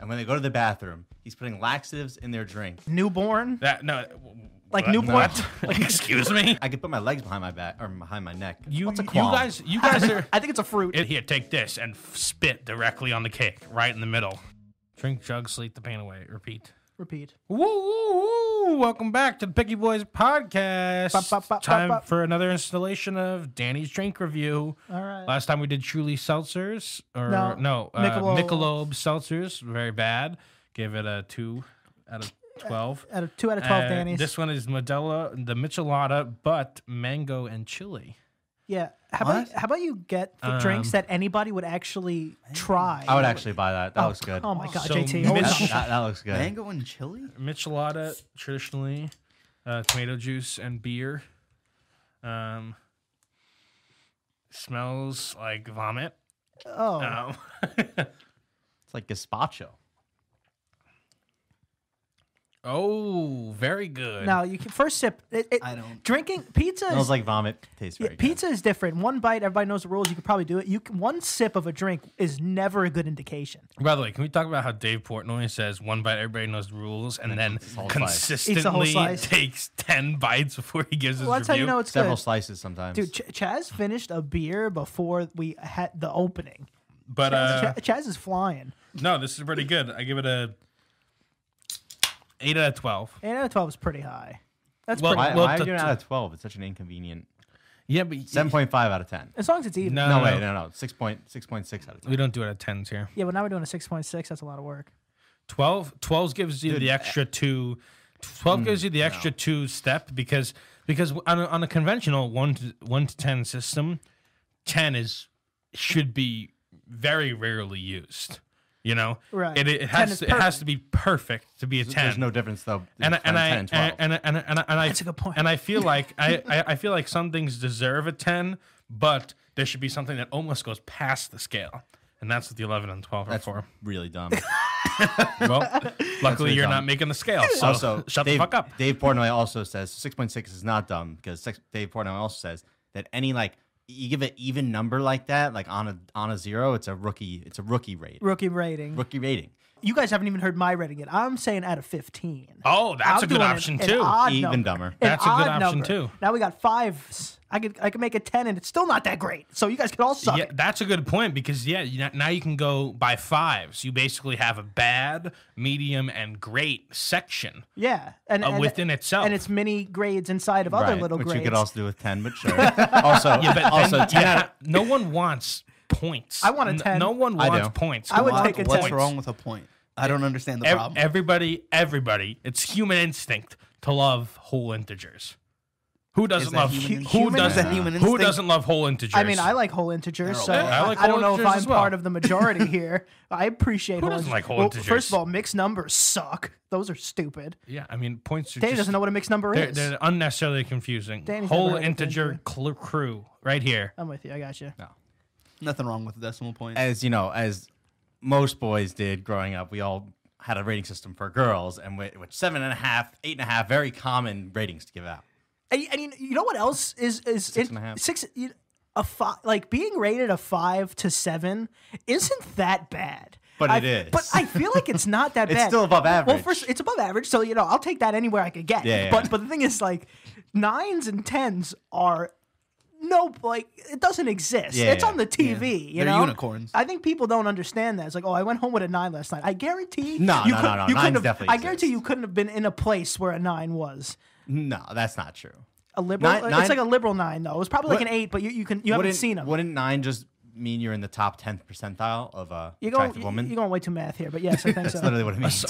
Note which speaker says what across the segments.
Speaker 1: and when they go to the bathroom, he's putting laxatives in their drink.
Speaker 2: Newborn?
Speaker 3: That no,
Speaker 2: Like
Speaker 3: what?
Speaker 2: newborn?
Speaker 3: What? Like, excuse me.
Speaker 1: I could put my legs behind my back or behind my neck.
Speaker 3: You,
Speaker 2: What's a
Speaker 3: you
Speaker 2: qualm?
Speaker 3: guys, you guys are
Speaker 2: I think it's a fruit.
Speaker 3: it, here. Take this and f- spit directly on the cake, right in the middle. Drink, jug, sleep the pain away. Repeat.
Speaker 2: Repeat.
Speaker 3: Woo, woo, woo. Welcome back to the Picky Boys podcast.
Speaker 2: Bop, bop, bop,
Speaker 3: Time
Speaker 2: bop, bop.
Speaker 3: for another installation of Danny's drink review.
Speaker 2: All right.
Speaker 3: Last time we did Truly Seltzers or
Speaker 2: No,
Speaker 3: no, uh,
Speaker 2: Michelob.
Speaker 3: Michelob. Seltzers, very bad. Give it a two out of twelve.
Speaker 2: Out of two out of twelve,
Speaker 3: Uh,
Speaker 2: Danny's.
Speaker 3: This one is Modella, the Michelada, but mango and chili.
Speaker 2: yeah. How about, how about you get f-
Speaker 3: Um,
Speaker 2: drinks that anybody would actually try?
Speaker 1: I would actually buy that. That looks good.
Speaker 2: Oh my god,
Speaker 3: So
Speaker 2: JT. hold
Speaker 3: Mitch-
Speaker 1: that,
Speaker 2: on.
Speaker 1: that- that looks good.
Speaker 4: Mango and chili?
Speaker 3: Michelada traditionally, uh, tomato juice and beer. Um, smells like vomit.
Speaker 2: Oh,
Speaker 3: Um,
Speaker 1: It's like gazpacho.
Speaker 3: oh, very good.
Speaker 2: no! You can, first sip. It, it,
Speaker 4: I don't-
Speaker 2: Drinking pizza. Is,
Speaker 1: Smells like vomit. Tastes
Speaker 2: yeah,
Speaker 1: very
Speaker 2: pizza is different. One bite, everybody knows the rules. You could probably do it. You can, one sip of a drink is never a good indication.
Speaker 3: By the way, can we talk about how Dave Portnoy says one bite, everybody knows the rules, and then
Speaker 1: a whole slice.
Speaker 2: Eats a whole
Speaker 3: consistently
Speaker 2: slice.
Speaker 3: takes ten bites before he gives his
Speaker 2: Well, that's how
Speaker 3: review?
Speaker 2: you know
Speaker 1: good.
Speaker 2: it's
Speaker 1: Several
Speaker 2: good.
Speaker 1: slices sometimes.
Speaker 2: Dude, Ch- Chaz finished a beer before we had the opening.
Speaker 3: but
Speaker 2: Chaz,
Speaker 3: uh,
Speaker 2: Chaz is flying.
Speaker 3: no, this is pretty good. I give it a eight out of twelve.
Speaker 2: Eight out of twelve is pretty high. That's
Speaker 3: Well,
Speaker 2: pretty.
Speaker 1: why,
Speaker 3: well,
Speaker 1: why are you
Speaker 3: t-
Speaker 1: doing
Speaker 3: t-
Speaker 1: out of 12? It's such an inconvenient.
Speaker 3: Yeah, but
Speaker 1: 7.5 out of 10.
Speaker 2: As long as it's even.
Speaker 3: No,
Speaker 1: No,
Speaker 3: no,
Speaker 1: wait,
Speaker 3: no.
Speaker 1: no, no. 6.6 out of 10.
Speaker 3: we don't do it at tens here.
Speaker 2: Yeah, but now we're doing a six point six. That's a lot of work.
Speaker 3: 12 12 gives you the extra two 12 gives
Speaker 1: Mm,
Speaker 3: you the extra two step because because on a, on a conventional 1 to 1 to 10 system 10 is should be very rarely used you know
Speaker 2: Right.
Speaker 3: it,
Speaker 2: 10
Speaker 3: it
Speaker 2: is
Speaker 3: has to, it has
Speaker 2: perfect.
Speaker 3: to be perfect to be a 10
Speaker 1: There's no difference, though.
Speaker 3: and I,
Speaker 1: between
Speaker 3: and, I,
Speaker 1: 10 and
Speaker 3: and,
Speaker 1: 12.
Speaker 3: and, I- and, I- and, I- and I
Speaker 2: That's a good point.
Speaker 3: And I feel like I, I, I feel like some things deserve a ten, but there should be something that almost goes past the scale, and that's what the eleven and twelve
Speaker 1: That's
Speaker 3: are for.
Speaker 1: really dumb.
Speaker 3: Well, luckily
Speaker 1: really
Speaker 3: you're not
Speaker 1: dumb.
Speaker 3: making the scale. So
Speaker 1: also,
Speaker 3: Oh, shut
Speaker 1: Dave,
Speaker 3: the fuck up.
Speaker 1: Dave Portnoy also says 6.6 is not dumb because six, Dave Portnoy also says that any like you give an even number like that, like on a on a zero, it's a rookie. It's a rookie rate.
Speaker 2: Rookie rating.
Speaker 1: Rookie rating.
Speaker 2: You guys haven't even heard my rating yet. I'm saying out of 15.
Speaker 3: Oh, that's
Speaker 2: I'm
Speaker 3: a good
Speaker 2: doing an-
Speaker 3: option
Speaker 2: an
Speaker 3: too.
Speaker 2: odd
Speaker 1: Even
Speaker 2: number.
Speaker 1: dumber.
Speaker 2: An
Speaker 3: That's a good
Speaker 2: odd
Speaker 3: option,
Speaker 2: number.
Speaker 3: too.
Speaker 2: Now we got fives. I could I could make a 10 and it's still not that great. So you guys could all suck
Speaker 3: yeah,
Speaker 2: it.
Speaker 3: that's a good point because yeah, you, now you can go by fives. You basically have a bad, medium, and great section.
Speaker 2: Yeah. And,
Speaker 3: Uh,
Speaker 2: and-
Speaker 3: within itself.
Speaker 2: And it's mini grades inside of other
Speaker 1: Right,
Speaker 2: little
Speaker 1: which
Speaker 2: grades.
Speaker 1: you could also do with 10, but sure. also, also 10 out of,
Speaker 3: no one wants points.
Speaker 2: I want a
Speaker 3: N-
Speaker 2: 10.
Speaker 3: No one
Speaker 1: I
Speaker 3: wants
Speaker 1: do.
Speaker 3: points.
Speaker 2: I would
Speaker 3: Who
Speaker 4: What-
Speaker 2: take
Speaker 3: wants
Speaker 2: a
Speaker 4: What's
Speaker 3: points?
Speaker 4: wrong with a point? I don't understand the
Speaker 3: Ev-
Speaker 4: problem.
Speaker 3: everybody, everybody, it's human instinct to love whole integers. Who doesn't
Speaker 4: that
Speaker 3: love
Speaker 4: human
Speaker 3: who
Speaker 2: instinct?
Speaker 3: doesn't
Speaker 4: Is that human
Speaker 3: who
Speaker 4: instinct?
Speaker 3: doesn't love whole integers?
Speaker 2: I mean, I like whole integers,
Speaker 4: They're
Speaker 2: so
Speaker 4: okay.
Speaker 2: I,
Speaker 3: I like
Speaker 2: I don't
Speaker 3: whole
Speaker 2: know if
Speaker 3: integers
Speaker 2: I'm
Speaker 3: as well.
Speaker 2: part of the majority here. I appreciate
Speaker 3: Who doesn't like whole
Speaker 2: well,
Speaker 3: integers?
Speaker 2: First of all, mixed numbers suck. Those are stupid.
Speaker 3: yeah, I mean points. Are
Speaker 2: Danny
Speaker 3: just,
Speaker 2: doesn't know what a mixed number
Speaker 3: They're,
Speaker 2: is.
Speaker 3: they're unnecessarily confusing.
Speaker 2: Danny's never
Speaker 3: Whole
Speaker 2: heard of
Speaker 3: integer cl- crew right here.
Speaker 2: I'm with you. I got you.
Speaker 4: Nothing wrong with the decimal point.
Speaker 1: as you know, as most boys did growing up, we all had a rating system for girls, and which, which seven and a half, eight and a half, very common ratings to give out.
Speaker 2: And, and you, you know what else is is
Speaker 1: Six and a half.
Speaker 2: Six you, a five like being rated a five to seven isn't that bad.
Speaker 1: But
Speaker 2: I,
Speaker 1: it is.
Speaker 2: But I feel like it's not that
Speaker 1: It's
Speaker 2: bad.
Speaker 1: still above
Speaker 2: Well,
Speaker 1: average.
Speaker 2: first it's above average, so you know I'll take that anywhere I could get.
Speaker 1: Yeah, yeah,
Speaker 2: but
Speaker 1: yeah.
Speaker 2: but the thing is like nines and tens are. No, like it doesn't exist.
Speaker 1: Yeah,
Speaker 2: it's
Speaker 1: yeah.
Speaker 2: on the TV. You
Speaker 4: They're
Speaker 2: know,
Speaker 4: unicorns.
Speaker 2: I think people don't understand that. It's like, oh, I went home with a nine last night. I guarantee.
Speaker 1: No,
Speaker 2: you
Speaker 1: no, no,
Speaker 2: couldn't-
Speaker 1: no.
Speaker 2: You couldn't
Speaker 1: Nines
Speaker 2: have,
Speaker 1: definitely
Speaker 2: I guarantee
Speaker 1: exist.
Speaker 2: you couldn't have been in a place where a nine was.
Speaker 1: No, that's not true.
Speaker 2: A liberal.
Speaker 1: Nine-
Speaker 2: uh,
Speaker 1: nine-
Speaker 2: it's like a liberal nine though. It was probably like
Speaker 1: What-
Speaker 2: an eight, but you, you can you haven't
Speaker 1: wouldn't,
Speaker 2: seen them.
Speaker 1: Wouldn't nine just mean you're in the top 10th percentile of a
Speaker 2: you're going
Speaker 1: attractive
Speaker 2: you-
Speaker 1: woman?
Speaker 2: you're going way too math here, but yes, I think so.
Speaker 1: that's literally what it means.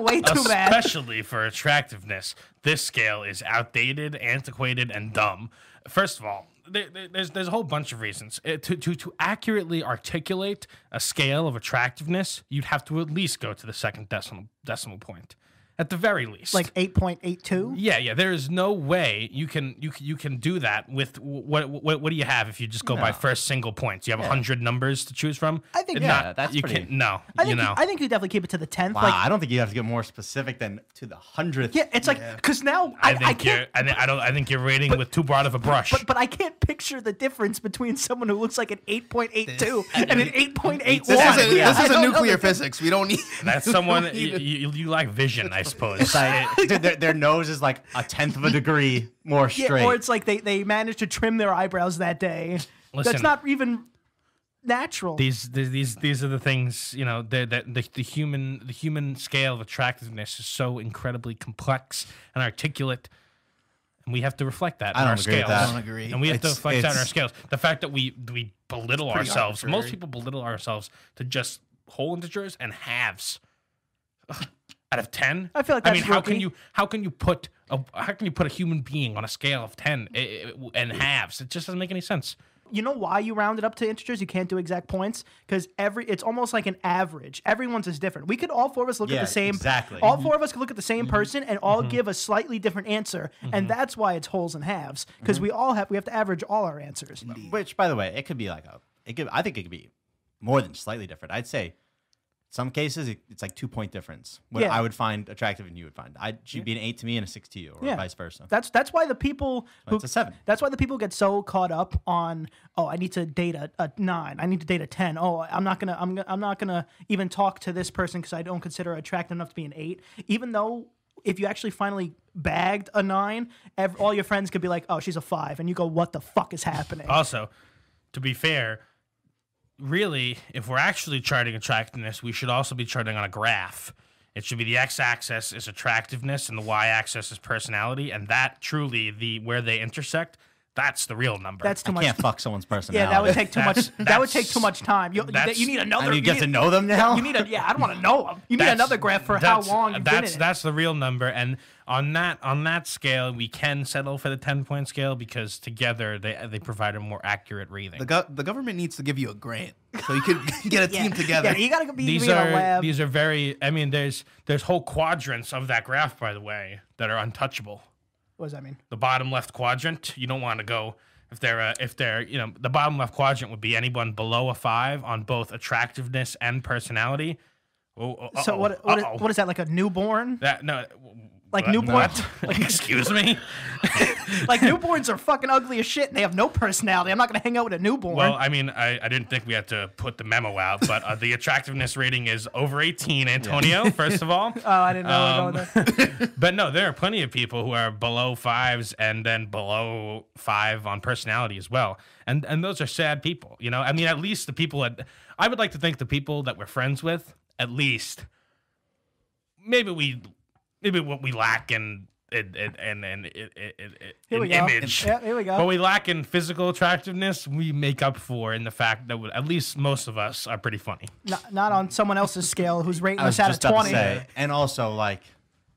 Speaker 2: Way too bad.
Speaker 3: especially for attractiveness, this scale is outdated, antiquated, and dumb. First of all, there, there- there's there's a whole bunch of reasons Uh, to, to to accurately articulate a scale of attractiveness. You'd have to at least go to the second decimal decimal point, at the very least.
Speaker 2: like eight point eight two.
Speaker 3: yeah, yeah. There is no way you can you can, you can do that with what what what do you have if you just go by
Speaker 1: No.
Speaker 3: first single points? You have a hundred numbers to choose from.
Speaker 2: I think-
Speaker 3: And
Speaker 2: Yeah,
Speaker 1: that's
Speaker 3: you
Speaker 1: pretty-
Speaker 3: can't. No,
Speaker 2: I think
Speaker 3: you
Speaker 2: you
Speaker 3: know.
Speaker 2: I think you definitely keep it to the tenth.
Speaker 1: Wow,
Speaker 2: Like
Speaker 1: ah, I don't think you have to get more specific than to the hundredth.
Speaker 2: yeah, it's like because now I,
Speaker 3: I
Speaker 2: I,
Speaker 3: think you're.
Speaker 2: can't.
Speaker 3: I, think, I don't. I think you're rating with too broad of a brush.
Speaker 2: But, but I can't picture the difference between someone who looks like an 8.82 and an 8.81.
Speaker 4: This is a,
Speaker 2: Yeah, I
Speaker 4: this is a
Speaker 2: don't know
Speaker 4: nuclear
Speaker 2: the difference.
Speaker 4: physics. We don't need.
Speaker 3: That's someone you, you, you lack vision, I suppose.
Speaker 1: Like, dude, their, their nose is like a tenth of a degree more
Speaker 2: Yeah,
Speaker 1: straight.
Speaker 2: or it's like they, they managed to trim their eyebrows that day.
Speaker 3: Listen.
Speaker 2: That's not even natural.
Speaker 3: these these- these these are the things you know that that the, the human the human scale of attractiveness is so incredibly complex and articulate and we have to reflect that
Speaker 1: I
Speaker 3: in
Speaker 1: don't
Speaker 3: our
Speaker 1: agree with
Speaker 3: scales
Speaker 1: that.
Speaker 4: I don't agree.
Speaker 3: and we have to
Speaker 1: It's-
Speaker 3: reflect that in our
Speaker 1: it's-
Speaker 3: scales the fact that we we belittle ourselves most
Speaker 4: arbitrary.
Speaker 3: people belittle ourselves to just whole integers and halves out of 10
Speaker 2: I feel like
Speaker 3: i mean
Speaker 2: that's
Speaker 3: how can
Speaker 2: rookie.
Speaker 3: you how can you put a how can you put a human being on a scale of 10 eh, eh, and halves it just doesn't make any sense
Speaker 2: you know why you round it up to integers? You can't do exact points because every it's almost like an average. Everyone's is different. We could all four of us look at
Speaker 1: Yeah,
Speaker 2: the same
Speaker 1: exactly. Mm-hmm.
Speaker 2: All four of us could look at the same person and all give a slightly different answer,
Speaker 1: Mm-hmm.
Speaker 2: and that's why it's wholes and halves because we all have we have to average all our answers.
Speaker 1: Which, by the way, it could be like a. It could. I think it could be more than slightly different. I'd say some cases it, it's like two point difference. What
Speaker 2: Yeah.
Speaker 1: I would find attractive and you would find. I'd she'd be an eight to me and a six to you, or
Speaker 2: Yeah.
Speaker 1: vice versa.
Speaker 2: That's that's why the people who,
Speaker 1: it's a seven.
Speaker 2: That's why the people get so caught up on oh I need to date a, a nine I need to date a ten oh I'm not gonna I'm, gonna- I'm not gonna even talk to this person because I don't consider her attractive enough to be an eight even though if you actually finally bagged a nine ev- all your friends could be like oh she's a five and you go what the fuck is happening
Speaker 3: Also, to be fair, really, if we're actually charting attractiveness, we should also be charting on a graph. It should be the x-axis is attractiveness and the y-axis is personality, and that truly the where they intersect. That's the real number.
Speaker 2: that's too
Speaker 1: I
Speaker 2: much
Speaker 1: can't fuck someone's personality.
Speaker 2: yeah that would take too much
Speaker 3: That's-
Speaker 2: that would
Speaker 3: that's-
Speaker 2: take too much time you,
Speaker 3: that's-
Speaker 2: you need another
Speaker 1: I need to
Speaker 2: you
Speaker 1: get
Speaker 2: need-
Speaker 1: to know them now.
Speaker 2: you need a yeah I don't want to know them you need
Speaker 3: That's-
Speaker 2: another graph for how
Speaker 3: that's-
Speaker 2: long you've
Speaker 3: that's
Speaker 2: been in it.
Speaker 3: that's the real number, and on that on that scale, we can settle for the ten point scale because together they they provide a more accurate reading.
Speaker 4: The, go- the government needs to give you a grant so you could get a team together.
Speaker 2: yeah you gotta be
Speaker 3: these
Speaker 2: be in a
Speaker 3: are
Speaker 2: lab
Speaker 3: these are very. I mean, there's there's whole quadrants of that graph, by the way, that are untouchable.
Speaker 2: what does that mean.
Speaker 3: the bottom left quadrant. You don't want to go if they're uh, if they're you know the bottom left quadrant would be anyone below a five on both attractiveness and personality. Oh, oh,
Speaker 2: So
Speaker 3: uh-oh,
Speaker 2: what what is,
Speaker 3: uh-oh.
Speaker 2: what is that like a newborn?
Speaker 3: that? No,
Speaker 2: Like
Speaker 3: what?
Speaker 2: newborn-
Speaker 3: What? Like, excuse me.
Speaker 2: Like newborns are fucking ugly as shit and they have no personality. I'm not gonna hang out with a newborn.
Speaker 3: Well, I mean, I, I didn't think we had to put the memo out, but uh, the attractiveness rating is over 18, Antonio, first of all.
Speaker 2: oh, I didn't know. we were going there.
Speaker 3: Um, But no, there are plenty of people who are below fives and then below five on personality as well. And and those are sad people, you know. I mean, at least the people that I would like to think the people that we're friends with, at least maybe we maybe what we lack in in in, in, in, in, in,
Speaker 2: Here
Speaker 3: in
Speaker 2: we go.
Speaker 3: image.
Speaker 2: Yeah, here we go.
Speaker 3: What we lack in physical attractiveness, we make up for in the fact that at least most of us are pretty funny.
Speaker 2: Not, not on someone else's scale who's rating
Speaker 1: I was
Speaker 2: us out of
Speaker 1: just about to
Speaker 2: twenty.
Speaker 1: say. And also, like,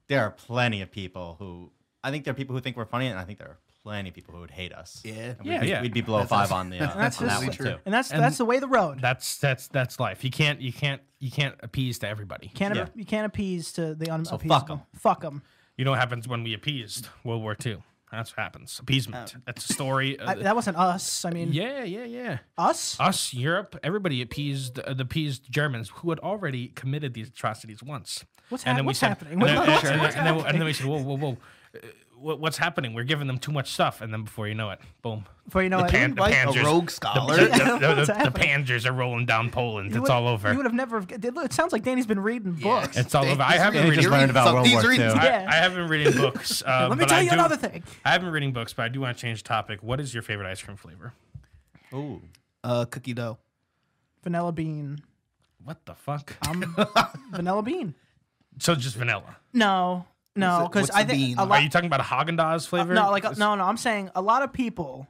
Speaker 1: there are plenty of people who I think there are people who think we're funny, and I think there are plenty of people who would hate us.
Speaker 4: Yeah.
Speaker 1: And we'd
Speaker 3: Yeah,
Speaker 1: be,
Speaker 3: yeah.
Speaker 1: We'd be below five on the. Uh,
Speaker 2: That's
Speaker 1: on
Speaker 2: just-
Speaker 1: that one
Speaker 4: true.
Speaker 1: too.
Speaker 2: And that's that's the way of the road.
Speaker 3: That's that's that's life. You can't you can't you can't appease to everybody.
Speaker 2: Can't
Speaker 1: yeah.
Speaker 2: you can't appease to the unappeasable.
Speaker 1: fuck 'em.
Speaker 2: Fuck 'em.
Speaker 3: You know what happens when we appeased World War II? That's what happens. Appeasement. That's a story.
Speaker 2: Oh. I, that wasn't us. I mean,
Speaker 3: yeah, Uh, yeah, yeah.
Speaker 2: us.
Speaker 3: Us, Europe, everybody appeased uh, the appeased Germans who had already committed these atrocities once.
Speaker 2: What's
Speaker 3: and
Speaker 2: hap-
Speaker 3: then we
Speaker 2: what's
Speaker 3: said-
Speaker 2: happening?
Speaker 3: And then,
Speaker 2: What-
Speaker 3: and-
Speaker 2: what's-
Speaker 3: and-
Speaker 2: what's
Speaker 3: and then- and then we said, whoa, whoa, whoa. Uh, what- What's happening? We're giving them too much stuff, and then before you know it, boom.
Speaker 2: Before you know it,
Speaker 3: pan-
Speaker 2: you
Speaker 4: Like a
Speaker 3: Panzers.
Speaker 4: rogue
Speaker 3: The,
Speaker 4: scholar.
Speaker 3: the-
Speaker 2: Yeah,
Speaker 3: the- the-
Speaker 2: what's
Speaker 3: the
Speaker 2: happening?
Speaker 3: Panzers are rolling down Poland. It's
Speaker 2: would-
Speaker 3: all over.
Speaker 2: You would have never. It sounds like Danny's been reading books.
Speaker 3: It's all over. I haven't
Speaker 1: Danny
Speaker 3: read
Speaker 1: just learned about World War II.
Speaker 3: I,
Speaker 2: Yeah.
Speaker 3: I haven't reading books. Uh,
Speaker 2: Let me
Speaker 3: but
Speaker 2: tell
Speaker 3: I
Speaker 2: you
Speaker 3: do-
Speaker 2: another thing.
Speaker 3: I haven't reading books, but I do want to change topic. What is your favorite ice cream flavor?
Speaker 1: Ooh.
Speaker 4: Uh, cookie dough.
Speaker 2: Vanilla bean.
Speaker 3: What the fuck?
Speaker 2: I'm vanilla bean.
Speaker 3: So just vanilla.
Speaker 2: No, no,
Speaker 4: What's it-
Speaker 2: because
Speaker 4: what's
Speaker 2: I
Speaker 4: the
Speaker 2: think
Speaker 4: bean?
Speaker 2: a
Speaker 4: Are
Speaker 2: lot.
Speaker 3: Are you talking about a Haagen Dazs flavor?
Speaker 2: uh, No, like no, no. I'm saying a lot of people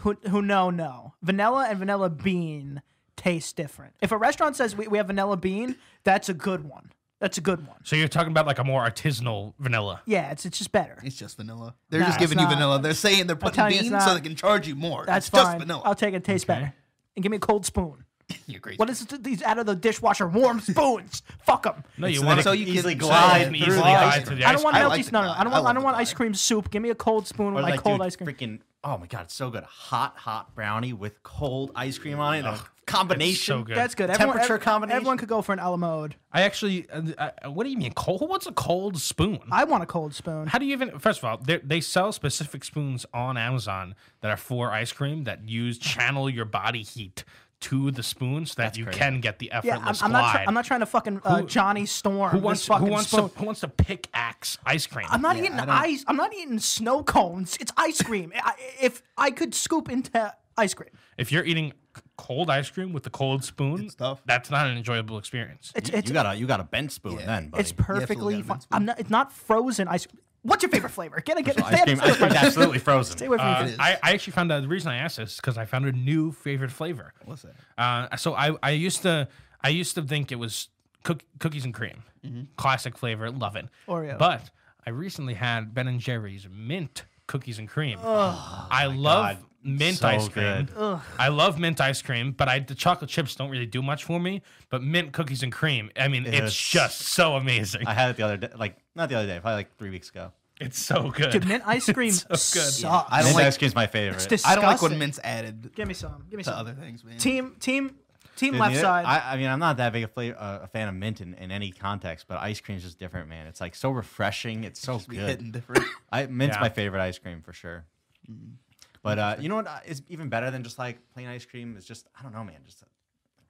Speaker 2: who who know know vanilla and vanilla bean taste different. If a restaurant says we, we have vanilla bean, that's a good one. That's a good one.
Speaker 3: So you're talking about like a more artisanal vanilla.
Speaker 2: Yeah, it's it's just better.
Speaker 4: It's just vanilla. They're
Speaker 2: Nah,
Speaker 4: just
Speaker 2: it's
Speaker 4: giving you
Speaker 2: not.
Speaker 4: vanilla. They're saying they're putting
Speaker 2: telling you it's
Speaker 4: beans
Speaker 2: not.
Speaker 4: so they can charge you more.
Speaker 2: That's
Speaker 4: it's
Speaker 2: fine.
Speaker 4: just vanilla.
Speaker 2: I'll take it. Tastes better. And give me a cold spoon.
Speaker 4: You're crazy.
Speaker 2: What is th- these out of the dishwasher warm spoons? Fuck them.
Speaker 3: No, you
Speaker 1: So
Speaker 3: want
Speaker 1: that
Speaker 4: so
Speaker 1: it
Speaker 4: you
Speaker 1: can
Speaker 4: can-
Speaker 1: easily
Speaker 4: so
Speaker 1: glide
Speaker 4: you can
Speaker 1: through
Speaker 3: easily
Speaker 1: the
Speaker 3: glide
Speaker 1: ice
Speaker 3: to the
Speaker 1: cream.
Speaker 3: ice
Speaker 2: I don't want
Speaker 4: I
Speaker 2: melty.
Speaker 4: like the
Speaker 2: no, no, no, I
Speaker 4: pie.
Speaker 2: don't want.
Speaker 4: I
Speaker 2: I,
Speaker 4: love
Speaker 2: don't
Speaker 4: the
Speaker 2: want
Speaker 4: pie.
Speaker 2: ice cream soup. Give me a cold spoon
Speaker 1: Or
Speaker 2: with my
Speaker 1: like,
Speaker 2: cold
Speaker 1: dude,
Speaker 2: ice cream.
Speaker 1: Freaking, oh my god, it's so good. Hot, hot brownie with cold ice cream on it. Ugh, combination.
Speaker 3: so good.
Speaker 2: That's good. Everyone,
Speaker 1: Temperature
Speaker 2: ev-
Speaker 1: combination.
Speaker 2: Everyone could go for an a la mode.
Speaker 3: I actually. uh, I, what do you mean cold? What's a cold spoon?
Speaker 2: I want a cold spoon.
Speaker 3: How do you even? First of all, they, they sell specific spoons on Amazon that are for ice cream that use channel your body heat to the spoon so that you
Speaker 1: crazy.
Speaker 3: can get the
Speaker 2: Yeah, I'm,
Speaker 3: effortless
Speaker 2: I'm
Speaker 3: glide.
Speaker 2: not. Try, I'm not trying to fucking uh, Johnny Storm.
Speaker 3: who wants
Speaker 2: this
Speaker 3: who
Speaker 2: fucking
Speaker 3: wants to,
Speaker 2: spoon.
Speaker 3: who wants to pickaxe ice cream?
Speaker 2: I'm not
Speaker 1: Yeah,
Speaker 2: eating
Speaker 1: I don't-
Speaker 2: ice. I'm not eating snow cones. It's ice cream. I, if I could scoop into ice cream,
Speaker 3: if you're eating c- cold ice cream with a cold spoon,
Speaker 4: tough.
Speaker 3: that's not an enjoyable experience.
Speaker 2: it's
Speaker 1: You
Speaker 2: it's
Speaker 1: got a you got a bent spoon
Speaker 4: Yeah.
Speaker 1: then, buddy.
Speaker 2: it's perfectly
Speaker 4: gotta
Speaker 2: fine.
Speaker 4: mince
Speaker 2: I'm not. It's not frozen ice. What's your favorite flavor? Get it. Get it.
Speaker 1: ice cream, ice cream's absolutely frozen.
Speaker 2: Stay away from
Speaker 3: Uh,
Speaker 2: me.
Speaker 3: I, I actually found out the reason I asked this because I found a new favorite flavor.
Speaker 4: What's that?
Speaker 3: Uh, so I, I used to I used to think it was cook, cookies and cream,
Speaker 2: Mm-hmm.
Speaker 3: classic flavor, love it.
Speaker 2: Oreo.
Speaker 3: But I recently had Ben and Jerry's mint cookies and cream.
Speaker 2: Oh
Speaker 3: I love
Speaker 1: God,
Speaker 3: mint
Speaker 1: so
Speaker 3: ice cream.
Speaker 1: good.
Speaker 3: I love mint ice cream, but I the chocolate chips don't really do much for me. But mint cookies and cream, I mean, it's
Speaker 1: Yes.
Speaker 3: just so amazing.
Speaker 1: I had it the other day, like not the other day, probably like three weeks ago.
Speaker 3: it's so good.
Speaker 2: Dude, mint ice cream sucks.
Speaker 4: I don't
Speaker 1: Mint
Speaker 4: like-
Speaker 1: ice cream's my favorite.
Speaker 2: It's
Speaker 4: I don't like
Speaker 2: disgusting.
Speaker 4: when mint's added
Speaker 2: Give me some. Give me
Speaker 4: to
Speaker 2: some.
Speaker 4: other things, man.
Speaker 2: Team, team, team
Speaker 1: Dude,
Speaker 2: left
Speaker 1: neither-
Speaker 2: side.
Speaker 1: I, I mean, I'm not that big a, flavor, uh, a fan of mint in, in any context, but ice cream's just different, man. It's like so refreshing. It's so
Speaker 4: Be
Speaker 1: good.
Speaker 4: hitting different.
Speaker 1: I mint's
Speaker 3: Yeah.
Speaker 1: my favorite ice cream for sure. But uh, you know what uh, is even better than just like plain ice cream is just I don't know, man. Just uh,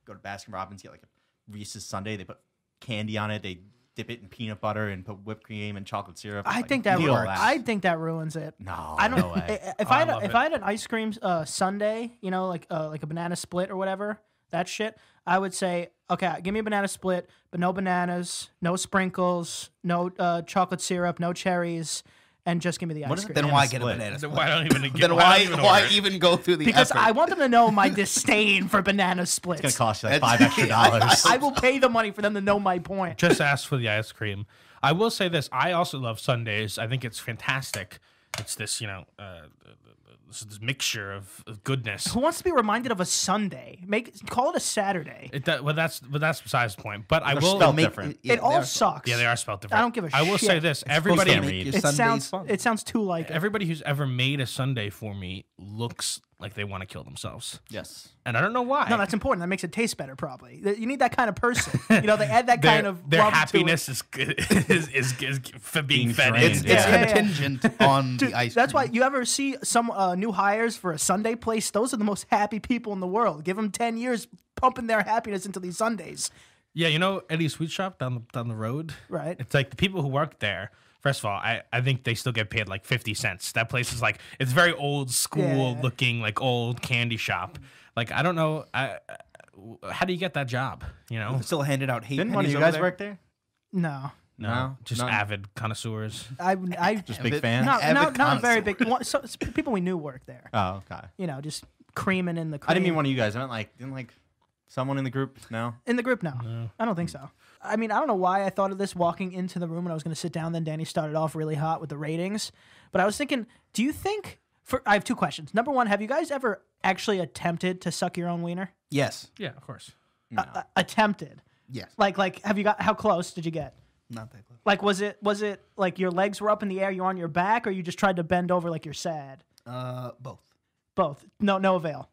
Speaker 1: go to Baskin Robbins, get like a Reese's Sunday. They put candy on it. They dip it in peanut butter and put whipped cream and chocolate syrup.
Speaker 2: I
Speaker 1: Like,
Speaker 2: think that
Speaker 1: deal
Speaker 2: ruins. I think that ruins it.
Speaker 1: no,
Speaker 2: I don't.
Speaker 1: no way.
Speaker 2: i- If
Speaker 3: I
Speaker 2: I had
Speaker 3: love
Speaker 2: a, if
Speaker 3: it.
Speaker 2: I had an ice cream uh, Sunday, you know, like uh, like a banana split or whatever, that shit, I would say, okay, give me a banana split, but no bananas, no sprinkles, no uh, chocolate syrup, no cherries, and just give me the ice
Speaker 1: is it
Speaker 2: cream.
Speaker 1: that-
Speaker 4: then why get a
Speaker 1: split.
Speaker 4: banana?
Speaker 3: Then
Speaker 4: split?
Speaker 3: why don't even get,
Speaker 4: Then why
Speaker 3: even
Speaker 4: why
Speaker 3: order it?
Speaker 4: even go through the
Speaker 2: Because
Speaker 4: effort?
Speaker 2: I want them to know my disdain for banana splits.
Speaker 1: it's gonna cost you like
Speaker 4: That's-
Speaker 1: five extra dollars.
Speaker 2: I will pay the money for them to know my point.
Speaker 3: just ask for the ice cream. I will say this: I also love Sundays. I think it's fantastic. It's this, you know, uh, this, this mixture of, of goodness.
Speaker 2: Who wants to be reminded of a Sunday? Make call it a Saturday.
Speaker 3: It, that, well, that's but that's besides the point. But I
Speaker 1: They're
Speaker 3: will.
Speaker 1: spelled
Speaker 4: Make-
Speaker 1: different.
Speaker 4: yeah,
Speaker 2: it all
Speaker 4: they're-
Speaker 2: sucks.
Speaker 3: Yeah, they are spelled different.
Speaker 2: I don't give a
Speaker 3: I will say
Speaker 2: shit.
Speaker 3: this:
Speaker 1: supposed to
Speaker 3: everybody,
Speaker 1: be
Speaker 4: make your
Speaker 2: It
Speaker 4: Sundays
Speaker 2: sounds
Speaker 4: fun.
Speaker 2: it sounds too like it.
Speaker 3: everybody who's ever made a Sunday for me looks like they want to kill themselves,
Speaker 1: yes,
Speaker 3: and I don't know why.
Speaker 2: No, that's important. That makes it taste better, probably. Th- You need that kind of person. You know, they add that
Speaker 3: their,
Speaker 2: kind of
Speaker 3: their
Speaker 2: love to it.
Speaker 3: happiness is, good- is, is is for being,
Speaker 1: Being
Speaker 3: fed.
Speaker 1: drained,
Speaker 4: It's,
Speaker 1: Yeah.
Speaker 4: it's
Speaker 2: Yeah, yeah.
Speaker 4: contingent on the ice.
Speaker 2: That's
Speaker 4: cream.
Speaker 2: why you ever see some uh, new hires for a Sunday place. Those are the most happy people in the world. Give them ten years pumping their happiness into these Sundays.
Speaker 3: Yeah, you know Eddie's Sweet Shop down the, down the road.
Speaker 2: Right.
Speaker 3: It's like the people who work there. First of all, I, I think they still get paid like fifty cents. That place is like it's very old school
Speaker 2: Yeah.
Speaker 3: looking, like old candy shop. Like I don't know, I, I- how do you get that job? You know,
Speaker 4: still handed out hate.
Speaker 1: didn't one of
Speaker 4: pennies
Speaker 1: you
Speaker 4: over
Speaker 1: guys
Speaker 4: there.
Speaker 1: work there?
Speaker 2: No,
Speaker 1: No,
Speaker 3: just
Speaker 1: none.
Speaker 3: avid connoisseurs.
Speaker 2: I, I just
Speaker 1: Big
Speaker 4: Avid-
Speaker 1: fan.
Speaker 2: not
Speaker 4: avid
Speaker 2: not, not very big.
Speaker 4: connoisseur.
Speaker 2: One, so, s- people we knew work there.
Speaker 1: Oh, okay.
Speaker 2: You know, just creaming in the. Cream.
Speaker 1: I didn't mean one of you guys. I meant like didn't like someone in the group. No,
Speaker 2: in the group. No, I don't think
Speaker 3: Hmm.
Speaker 2: so. I mean, I don't know why I thought of this walking into the room and I was going to sit down. Then Danny started off really hot with the ratings, but I was thinking, do you think? For I have two questions. Number one, have you guys ever actually attempted to suck your own wiener?
Speaker 4: Yes,
Speaker 3: Yeah, of course.
Speaker 2: Uh, attempted,
Speaker 4: yes,
Speaker 2: like like have you got how close did you get?
Speaker 4: not that close.
Speaker 2: Like was it was it like your legs were up in the air, you're on your back, or you just tried to bend over like you're sad?
Speaker 4: Uh, both.
Speaker 2: Both. No, no avail.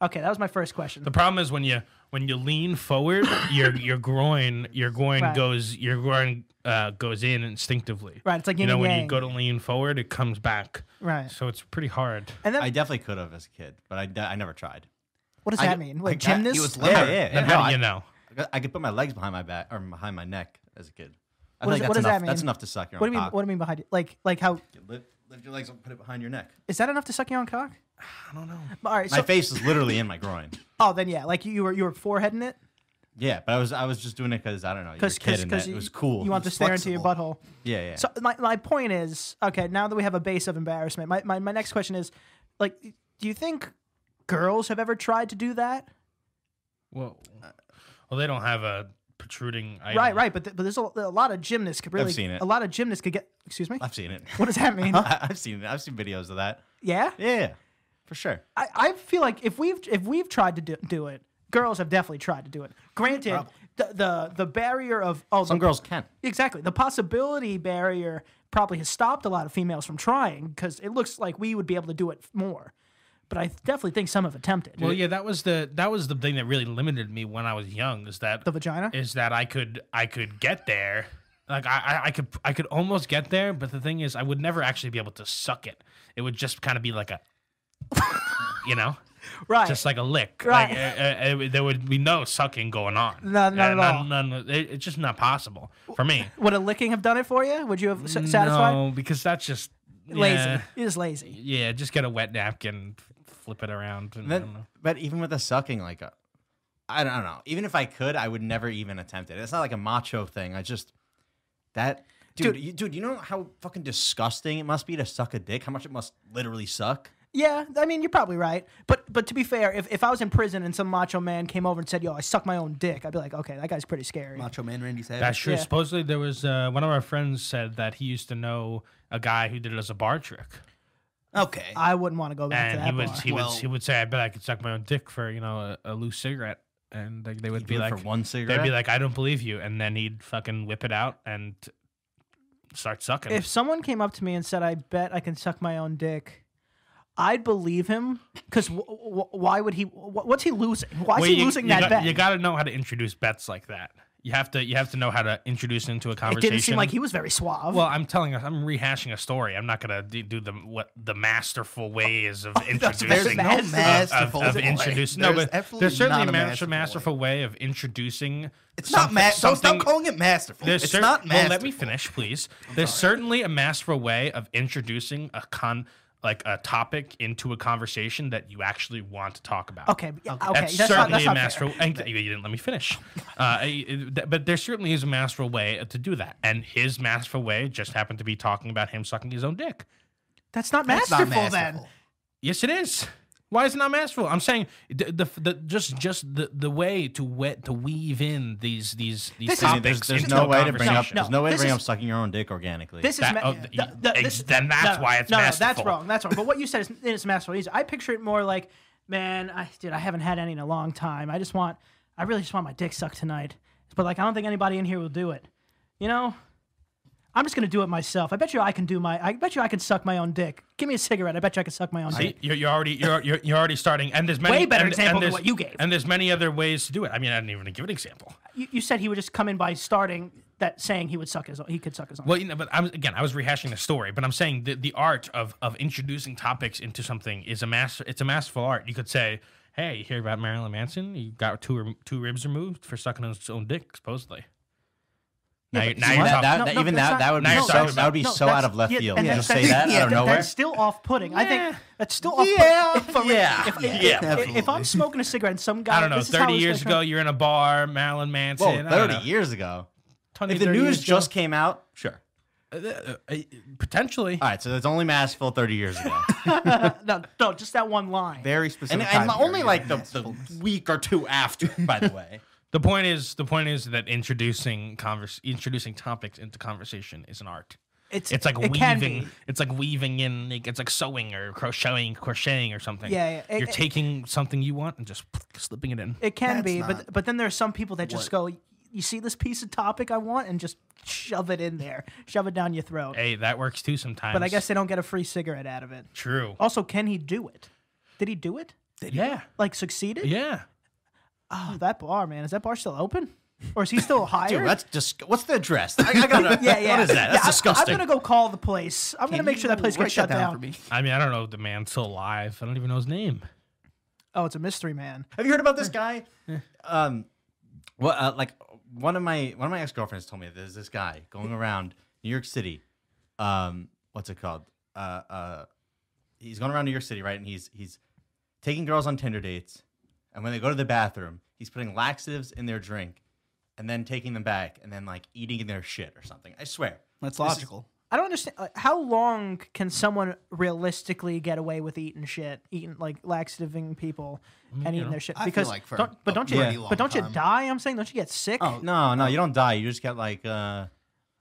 Speaker 2: Okay, that was my first question.
Speaker 3: Mm. The problem is when you when you lean forward, your your groin your groin
Speaker 2: Right.
Speaker 3: goes your groin uh, goes in instinctively.
Speaker 2: Right, it's like
Speaker 3: you
Speaker 2: yin
Speaker 3: know
Speaker 2: and
Speaker 3: when you
Speaker 2: yang.
Speaker 3: go to lean forward, it comes back.
Speaker 2: Right.
Speaker 3: So it's pretty hard.
Speaker 2: And then
Speaker 1: I definitely could have as a kid, but I, de- I never tried.
Speaker 2: what does
Speaker 1: I-
Speaker 2: that mean? Like
Speaker 4: I-
Speaker 2: gymnast?
Speaker 4: He was
Speaker 1: Yeah,
Speaker 4: limber.
Speaker 1: yeah.
Speaker 3: Then
Speaker 1: no,
Speaker 3: how do
Speaker 1: I-
Speaker 3: you know?
Speaker 1: I could put my legs behind my back or behind my neck as a kid. I
Speaker 2: What
Speaker 1: think
Speaker 2: does-
Speaker 1: that's
Speaker 2: what does
Speaker 1: enough.
Speaker 2: that mean?
Speaker 1: That's enough to suck your
Speaker 2: what
Speaker 1: own
Speaker 2: do you mean?
Speaker 1: cock.
Speaker 2: What do you mean behind it? Like like how
Speaker 1: You lift, lift your legs up and put it behind your neck.
Speaker 2: Is that enough to suck your own cock?
Speaker 3: I don't know.
Speaker 2: All right.
Speaker 1: My
Speaker 2: So,
Speaker 1: face is literally in my groin.
Speaker 2: oh, then yeah, like you, you were you were foreheading it
Speaker 1: Yeah, but I was I was just doing it because I don't know. Because
Speaker 2: because
Speaker 1: kid and that, it was cool.
Speaker 2: You want to
Speaker 4: was
Speaker 2: stare into your butthole.
Speaker 1: yeah, yeah.
Speaker 2: So my, my point is okay. Now that we have a base of embarrassment, my, my my next question is, like, do you think girls have ever tried to do that?
Speaker 3: Well, well, they don't have a protruding. Item.
Speaker 2: Right, right. But th- but there's a, a lot of gymnasts could really
Speaker 1: seen it.
Speaker 2: a lot of gymnasts could get. Excuse me.
Speaker 1: I've seen it.
Speaker 2: What does that mean?
Speaker 1: I, I've seen it. I've seen videos of that.
Speaker 2: Yeah,
Speaker 1: Yeah, for sure.
Speaker 2: I, I feel like if we've if we've tried to do, do it, Girls have definitely tried to do it. Granted, the, the the barrier of oh
Speaker 1: Some
Speaker 2: the-
Speaker 1: girls can.
Speaker 2: Exactly. The possibility barrier probably has stopped a lot of females from trying because it looks like we would be able to do it more. But I definitely think some have attempted.
Speaker 3: Well, yeah, that was the that was the thing that really limited me when I was young is that
Speaker 2: the vagina?
Speaker 3: is that I could I could get there. Like I, I- I could I could almost get there, but the thing is I would never actually be able to suck it. It would just kind of be like a you know,
Speaker 2: right.
Speaker 3: just like a lick.
Speaker 2: Right.
Speaker 3: Like uh, uh, uh, there would be no sucking going on.
Speaker 2: No, not
Speaker 3: Uh,
Speaker 2: at all.
Speaker 3: None, none, it, it's just not possible for me.
Speaker 2: would a licking have done it for you? Would you have s- satisfied?
Speaker 3: No, because that's just
Speaker 2: Lazy.
Speaker 3: Yeah,
Speaker 2: It is lazy.
Speaker 3: yeah, just get a wet napkin, flip it around and
Speaker 1: But,
Speaker 3: I don't know.
Speaker 1: but even with the sucking, like, uh, I don't know. Even if I could, I would never even attempt it. It's not like a macho thing. I just that dude,
Speaker 2: Dude.
Speaker 1: you, dude. You know how fucking disgusting it must be to suck a dick. How much it must literally suck.
Speaker 2: Yeah, I mean you're probably right. But but to be fair, if, if I was in prison and some macho man came over and said, "Yo, I suck my own dick," I'd be like, "Okay, that guy's pretty scary."
Speaker 4: Macho Man Randy
Speaker 3: That's
Speaker 4: Savage.
Speaker 3: true.
Speaker 2: Yeah.
Speaker 3: Supposedly, there was uh, one of our friends said that he used to know a guy who did it as a bar trick,
Speaker 4: Okay.
Speaker 2: I wouldn't want to go back
Speaker 3: and
Speaker 2: to
Speaker 3: he
Speaker 2: that
Speaker 3: would
Speaker 2: bar.
Speaker 3: he
Speaker 4: Well-
Speaker 3: would he would say, "I bet I could suck my own dick for you know a, a loose cigarette," and like, they would
Speaker 1: Do
Speaker 3: be
Speaker 1: it
Speaker 3: like,
Speaker 1: for one
Speaker 3: they'd
Speaker 1: cigarette.
Speaker 3: be like, "I don't believe you," and then he'd fucking whip it out and start sucking.
Speaker 2: if someone came up to me and said, "I bet I can suck my own dick," I'd believe him. Because w- w- why would he? wh- what's he losing? Why is
Speaker 3: Well,
Speaker 2: he
Speaker 3: you,
Speaker 2: losing
Speaker 3: you
Speaker 2: that
Speaker 3: got,
Speaker 2: bet?
Speaker 3: You got to know how to introduce bets like that. You have to you have to know how to introduce into a
Speaker 2: it
Speaker 3: conversation.
Speaker 2: didn't seem like he was very suave.
Speaker 3: Well, I'm telling us, I'm rehashing a story. I'm not gonna do, do the what the masterful ways of introducing.
Speaker 2: Mas-
Speaker 4: There's no
Speaker 2: of-
Speaker 4: masterful
Speaker 3: of, of
Speaker 4: way.
Speaker 3: introducing. No,
Speaker 4: There's
Speaker 3: but
Speaker 4: absolutely
Speaker 3: there's certainly
Speaker 4: not
Speaker 3: a masterful,
Speaker 4: masterful way.
Speaker 3: masterful way of introducing.
Speaker 4: It's not ma-
Speaker 3: something-
Speaker 4: Don't stop
Speaker 3: something-
Speaker 4: calling it masterful.
Speaker 3: There's
Speaker 4: It's
Speaker 3: cer-
Speaker 4: not masterful.
Speaker 3: Well, let me finish, please. There's certainly a masterful way of introducing a con like a topic into a conversation that you actually want to talk about.
Speaker 2: okay, but- yeah, okay,
Speaker 3: That's,
Speaker 2: that's, not,
Speaker 3: certainly
Speaker 2: that's not
Speaker 3: a
Speaker 2: fair.
Speaker 3: masterful. And you didn't let me finish. Uh, I- it- th- but there certainly is a masterful way to do that, and his masterful way just happened to be talking about him sucking his own dick.
Speaker 2: That's not
Speaker 4: It's not
Speaker 2: masterful. Then
Speaker 4: masterful.
Speaker 3: Yes, it is. Why is it not masterful? I'm saying the the, the just just the, the way to wet to weave in these these these
Speaker 2: This
Speaker 1: There's-
Speaker 2: is-
Speaker 3: topics.
Speaker 1: there's, there's
Speaker 3: into
Speaker 1: no
Speaker 3: a
Speaker 1: way to bring up.
Speaker 3: conversation.
Speaker 2: No,
Speaker 1: there's no way to
Speaker 2: this
Speaker 1: bring
Speaker 2: is-
Speaker 1: up sucking your own dick organically.
Speaker 2: this is
Speaker 3: That-
Speaker 2: ma-
Speaker 3: oh,
Speaker 2: th-
Speaker 3: th-
Speaker 2: th-
Speaker 3: ex-
Speaker 2: this-
Speaker 3: then that's why it's
Speaker 2: no, No,
Speaker 3: masterful.
Speaker 2: that's wrong. That's wrong. But what you said is, is masterful. I picture it more like, man, I dude, I haven't had any in a long time. I just want, I really just want my dick sucked tonight. But like, I don't think anybody in here will do it. You know, I'm just gonna do it myself. I bet you I can do my. I bet you I can suck my own dick. Give me a cigarette. I bet you I can suck my own
Speaker 3: See,
Speaker 2: dick.
Speaker 3: you're, you're already you're, you're you're already starting, and there's many
Speaker 2: Way better
Speaker 3: and- and
Speaker 2: example than
Speaker 3: there's-
Speaker 2: what you gave.
Speaker 3: And there's many other ways to do it. I mean, I didn't even give an example.
Speaker 2: You, you said he would just come in by starting that saying he would suck his. own- He could suck his own.
Speaker 3: Well, you know, but I'm again, I was rehashing the story, but I'm saying the, the art of of introducing topics into something is a master. It's a masterful art. You could say, "Hey, you hear about Marilyn Manson? He got two rem- two ribs removed for sucking his own dick, supposedly." Now, you-
Speaker 2: but
Speaker 3: now
Speaker 2: see,
Speaker 3: you're
Speaker 1: that,
Speaker 3: talking.
Speaker 1: that,
Speaker 2: No,
Speaker 1: that-
Speaker 2: no,
Speaker 1: even
Speaker 2: that's
Speaker 1: that,
Speaker 2: not-
Speaker 1: that would be
Speaker 3: now you're
Speaker 1: so
Speaker 3: talking
Speaker 1: that would be
Speaker 2: No,
Speaker 1: so
Speaker 2: that's-
Speaker 1: out of left
Speaker 2: yeah,
Speaker 1: field.
Speaker 2: and
Speaker 1: to
Speaker 2: that-
Speaker 1: Just
Speaker 2: that's-
Speaker 1: say that
Speaker 2: yeah,
Speaker 1: out of
Speaker 2: that-
Speaker 1: nowhere.
Speaker 2: That's still off-putting. I think that's still
Speaker 1: Yeah,
Speaker 2: off-putting.
Speaker 1: yeah,
Speaker 2: if, if,
Speaker 1: yeah,
Speaker 2: if- if, I'm
Speaker 4: absolutely.
Speaker 2: smoking a cigarette and some guy,
Speaker 3: I don't know.
Speaker 2: this is how
Speaker 3: Thirty
Speaker 2: it's
Speaker 3: years
Speaker 2: gonna
Speaker 3: ago, you're in a bar, Marilyn Manson.
Speaker 1: Whoa,
Speaker 3: I don't know,
Speaker 1: thirty years ago.
Speaker 3: 20,
Speaker 1: If the
Speaker 3: 30
Speaker 1: news
Speaker 3: years ago.
Speaker 1: just came out, sure.
Speaker 3: Uh, potentially,
Speaker 1: All right, so it's only masterful thirty years ago.
Speaker 2: turn- No, no, just that one line.
Speaker 4: Very
Speaker 1: and
Speaker 4: specific.
Speaker 1: and
Speaker 4: time
Speaker 1: only
Speaker 4: period
Speaker 1: like
Speaker 4: of
Speaker 1: the, the
Speaker 4: masterfulness.
Speaker 1: week or two after, by the way.
Speaker 3: the point is the point is that introducing converse introducing topics into conversation is an art.
Speaker 2: it's
Speaker 3: It's like
Speaker 2: it can be.
Speaker 3: weaving. It's like weaving in. Like, it's like sewing or crocheting, crocheting or something.
Speaker 2: Yeah, yeah. It-
Speaker 3: You're
Speaker 2: it-
Speaker 3: taking something you want and just slipping it in.
Speaker 2: It can
Speaker 4: That's
Speaker 2: be, but
Speaker 4: not
Speaker 2: but then there are some people that just go, you see this piece of topic I want, and just shove it in there, shove it down your throat.
Speaker 3: hey, that works too sometimes.
Speaker 2: But I guess they don't get a free cigarette out of it.
Speaker 3: true.
Speaker 2: Also, can he do it? Did he do it?
Speaker 3: yeah,
Speaker 2: Like succeeded?
Speaker 3: yeah.
Speaker 2: Oh, that bar, man. Is that bar still open? Or is he still hired?
Speaker 1: Dude, that's just what's the address? I, I gotta.
Speaker 2: yeah, yeah.
Speaker 1: What is that? That's
Speaker 2: Yeah, I-
Speaker 1: disgusting.
Speaker 2: I'm gonna go call the place. I'm gonna make sure that place
Speaker 4: Write
Speaker 2: gets shut down.
Speaker 4: for me.
Speaker 3: I mean, I don't know if the man's still alive. I don't even know his name.
Speaker 2: Oh, it's a mystery man.
Speaker 1: Have you heard about this guy? um, what uh, like one of my one of my ex girlfriends told me there's this guy going around New York City. Um, what's it called? Uh, uh, he's going around New York City, right? And he's he's taking girls on Tinder dates, and when they go to the bathroom, he's putting laxatives in their drink, and then taking them back, and then like eating their shit or something. I swear.
Speaker 4: That's
Speaker 1: This is-
Speaker 4: logical.
Speaker 2: I don't understand. Like, how long can someone realistically get away with eating shit, eating like laxativing people and eating their shit?
Speaker 4: Mm, I feel
Speaker 2: Because
Speaker 4: like for
Speaker 2: don't, but
Speaker 4: a
Speaker 2: don't you,
Speaker 4: pretty
Speaker 2: but
Speaker 4: long
Speaker 2: don't you
Speaker 4: time. Oh.
Speaker 2: die? I'm saying, don't you get sick?
Speaker 1: No, no, you don't die. You just get like uh.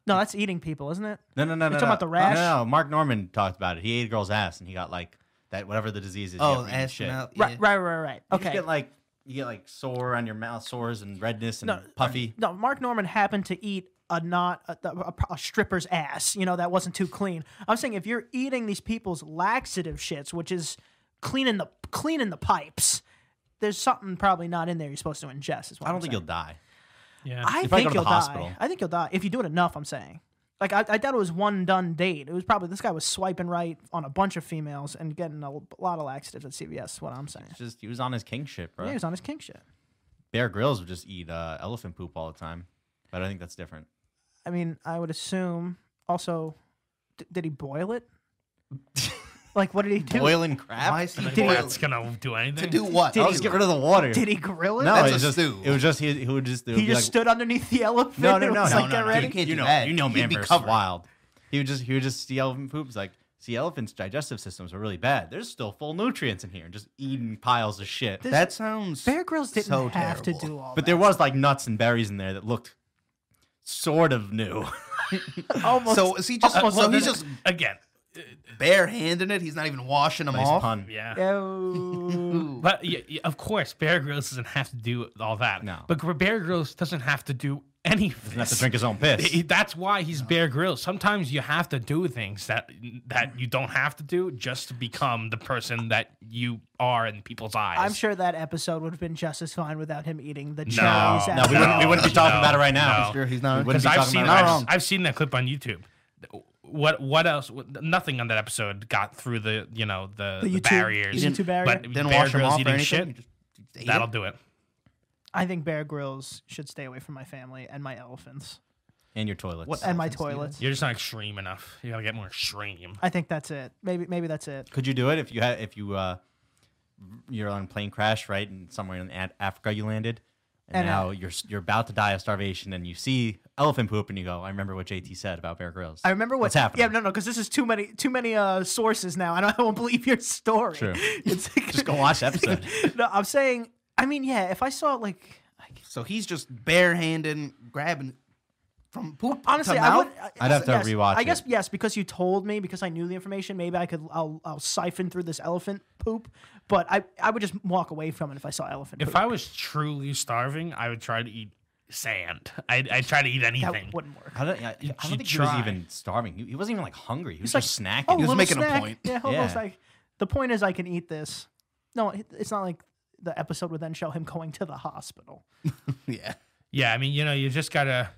Speaker 2: No, that's eating people, isn't it?
Speaker 1: No, no, no, no. no.
Speaker 2: talking about the rash?
Speaker 1: No, no, no. Mark Norman talked about it. He ate a girl's ass and he got like that whatever the disease is. you
Speaker 4: Oh,
Speaker 1: get from eating
Speaker 4: astronaut.
Speaker 2: Right, right, right, right.
Speaker 1: You just
Speaker 2: Okay,
Speaker 1: get like you get like sore on your mouth, sores and redness and puffy.
Speaker 2: No, Mark Norman happened to eat a not a, a, a stripper's ass. You know that wasn't too clean. I'm saying if you're eating these people's laxative shits, which is cleaning the cleaning the pipes, there's something probably not in there you're supposed to ingest. Is what
Speaker 1: I
Speaker 2: am
Speaker 1: don't think you'll die.
Speaker 3: Yeah.
Speaker 2: I
Speaker 1: If I go
Speaker 2: think
Speaker 1: to
Speaker 2: you'll
Speaker 1: the hospital.
Speaker 2: die. I think you'll die if you do it enough. I'm saying. Like I, I doubt it was one done date. It was probably this guy was swiping right on a bunch of females and getting a lot of laxatives at CVS. Is what I'm saying.
Speaker 1: It's just he was on his king ship, bro.
Speaker 2: Yeah, he was on his king shit.
Speaker 1: Bear Grylls would just eat uh, elephant poop all the time, but I think that's different.
Speaker 2: I mean, I would assume. Also, d- did he boil it? like, what did he do?
Speaker 1: Boiling crap.
Speaker 4: Why is he
Speaker 2: Did he-
Speaker 4: boiling?
Speaker 3: That's gonna do anything.
Speaker 4: to do what?
Speaker 1: I'll just get rid of the water.
Speaker 2: Did he grill it?
Speaker 1: No,
Speaker 4: That's
Speaker 1: it was
Speaker 4: a
Speaker 1: just
Speaker 4: stew.
Speaker 1: it was just he, he would just it would
Speaker 2: he
Speaker 1: be
Speaker 2: just
Speaker 1: like,
Speaker 2: stood underneath the elephant.
Speaker 1: no no
Speaker 2: and
Speaker 1: no
Speaker 2: was
Speaker 1: no
Speaker 2: like,
Speaker 1: no,
Speaker 2: "Get
Speaker 1: no,
Speaker 2: ready."
Speaker 1: You,
Speaker 4: can't do
Speaker 1: know
Speaker 4: that.
Speaker 1: you know
Speaker 4: You'd be
Speaker 1: man versus
Speaker 4: covered.
Speaker 1: wild. He would just he would just see elephant poops like see elephants' digestive systems are really bad. There's still full nutrients in here and just eating piles of shit.
Speaker 4: that sounds.
Speaker 2: Bear Grylls didn't
Speaker 4: So
Speaker 2: have to
Speaker 4: terrible.
Speaker 2: do all
Speaker 1: but
Speaker 2: that.
Speaker 1: there was like nuts and berries in there that looked sort of new.
Speaker 2: Almost.
Speaker 4: so is he just?
Speaker 3: Uh,
Speaker 4: so
Speaker 3: well,
Speaker 4: he's
Speaker 3: then-
Speaker 4: just
Speaker 3: again.
Speaker 4: barehanding it. He's not even washing them
Speaker 1: nice
Speaker 4: off.
Speaker 1: pun.
Speaker 3: Yeah.
Speaker 2: Ew.
Speaker 3: But yeah, yeah, of course, Bear Grylls doesn't have to do all that.
Speaker 1: No.
Speaker 3: But Gr- Bear Grylls doesn't have to do any of
Speaker 1: Doesn't have to
Speaker 3: this.
Speaker 1: drink his own piss.
Speaker 3: He- That's why he's Bear Grylls. Sometimes you have to do things that that you don't have to do just to become the person that you are in people's eyes.
Speaker 2: I'm sure that episode would have been just as fine without him eating the cherries.
Speaker 3: No,
Speaker 2: after
Speaker 1: no, we wouldn't, we wouldn't be
Speaker 3: No,
Speaker 1: talking
Speaker 3: no,
Speaker 1: about it right now.
Speaker 3: no.
Speaker 4: Sure, he's not.
Speaker 1: We wouldn't
Speaker 3: because
Speaker 1: be
Speaker 3: I've
Speaker 1: talking
Speaker 3: seen
Speaker 1: about it right now.
Speaker 3: I've, I've seen that clip on YouTube. What what else? what- Nothing on that episode got through the you know the,
Speaker 2: The
Speaker 3: the
Speaker 2: YouTube-
Speaker 3: barriers.
Speaker 2: YouTube barrier?
Speaker 3: But
Speaker 4: Didn't
Speaker 3: Bear
Speaker 4: wash them
Speaker 3: Grylls
Speaker 4: off or
Speaker 3: eating
Speaker 4: anything.
Speaker 3: shit,
Speaker 4: he just ate
Speaker 3: that'll
Speaker 4: it.
Speaker 3: do it.
Speaker 2: I think Bear Grylls should stay away from my family and my elephants
Speaker 1: And your toilets.
Speaker 4: What-
Speaker 2: and my
Speaker 4: Elephants do that?
Speaker 2: toilets.
Speaker 3: You're just not extreme enough. You gotta get more extreme.
Speaker 2: I think that's it. Maybe maybe that's it.
Speaker 1: Could you do it if you had if you uh you're on a plane crash right and somewhere in Af- Africa you landed and,
Speaker 2: And, uh,
Speaker 1: now you're you're about to die of starvation and you see elephant poop and you go I remember what JT said about Bear Grylls.
Speaker 2: I remember what,
Speaker 1: What's happening?
Speaker 2: Yeah, no, no, because this is too many too many uh, sources now. I don't. I won't believe your story.
Speaker 1: True.
Speaker 2: It's
Speaker 1: Just go watch the episode.
Speaker 2: no, I'm saying. I mean, yeah. If I saw like, I,
Speaker 4: So he's just barehanding, grabbing from poop.
Speaker 2: honestly,
Speaker 4: to
Speaker 2: I
Speaker 4: mouth?
Speaker 2: would.
Speaker 1: I'd have to
Speaker 2: yes,
Speaker 1: rewatch
Speaker 2: I guess
Speaker 1: it.
Speaker 2: yes, because you told me because I knew the information. Maybe I could. I'll, I'll siphon through this elephant poop. But I I would just walk away from it if I saw elephant.
Speaker 3: If
Speaker 2: poop.
Speaker 3: I was truly starving, I would try to eat sand. I'd, I'd try to eat
Speaker 2: that
Speaker 3: anything.
Speaker 2: wouldn't work.
Speaker 1: I don't, I, I don't
Speaker 3: should
Speaker 1: think he was
Speaker 3: try.
Speaker 1: even starving. He, he wasn't even like hungry. He was e,
Speaker 2: like,
Speaker 1: just snacking.
Speaker 2: Oh,
Speaker 4: was
Speaker 2: little
Speaker 4: making a
Speaker 2: snack.
Speaker 4: point.
Speaker 2: Yeah, hold
Speaker 1: Yeah.
Speaker 2: on. It's like the point is I can eat this. No, it- it's not like the episode would then show him going to the hospital.
Speaker 4: Yeah.
Speaker 3: Yeah, I mean, you know, you just gotta.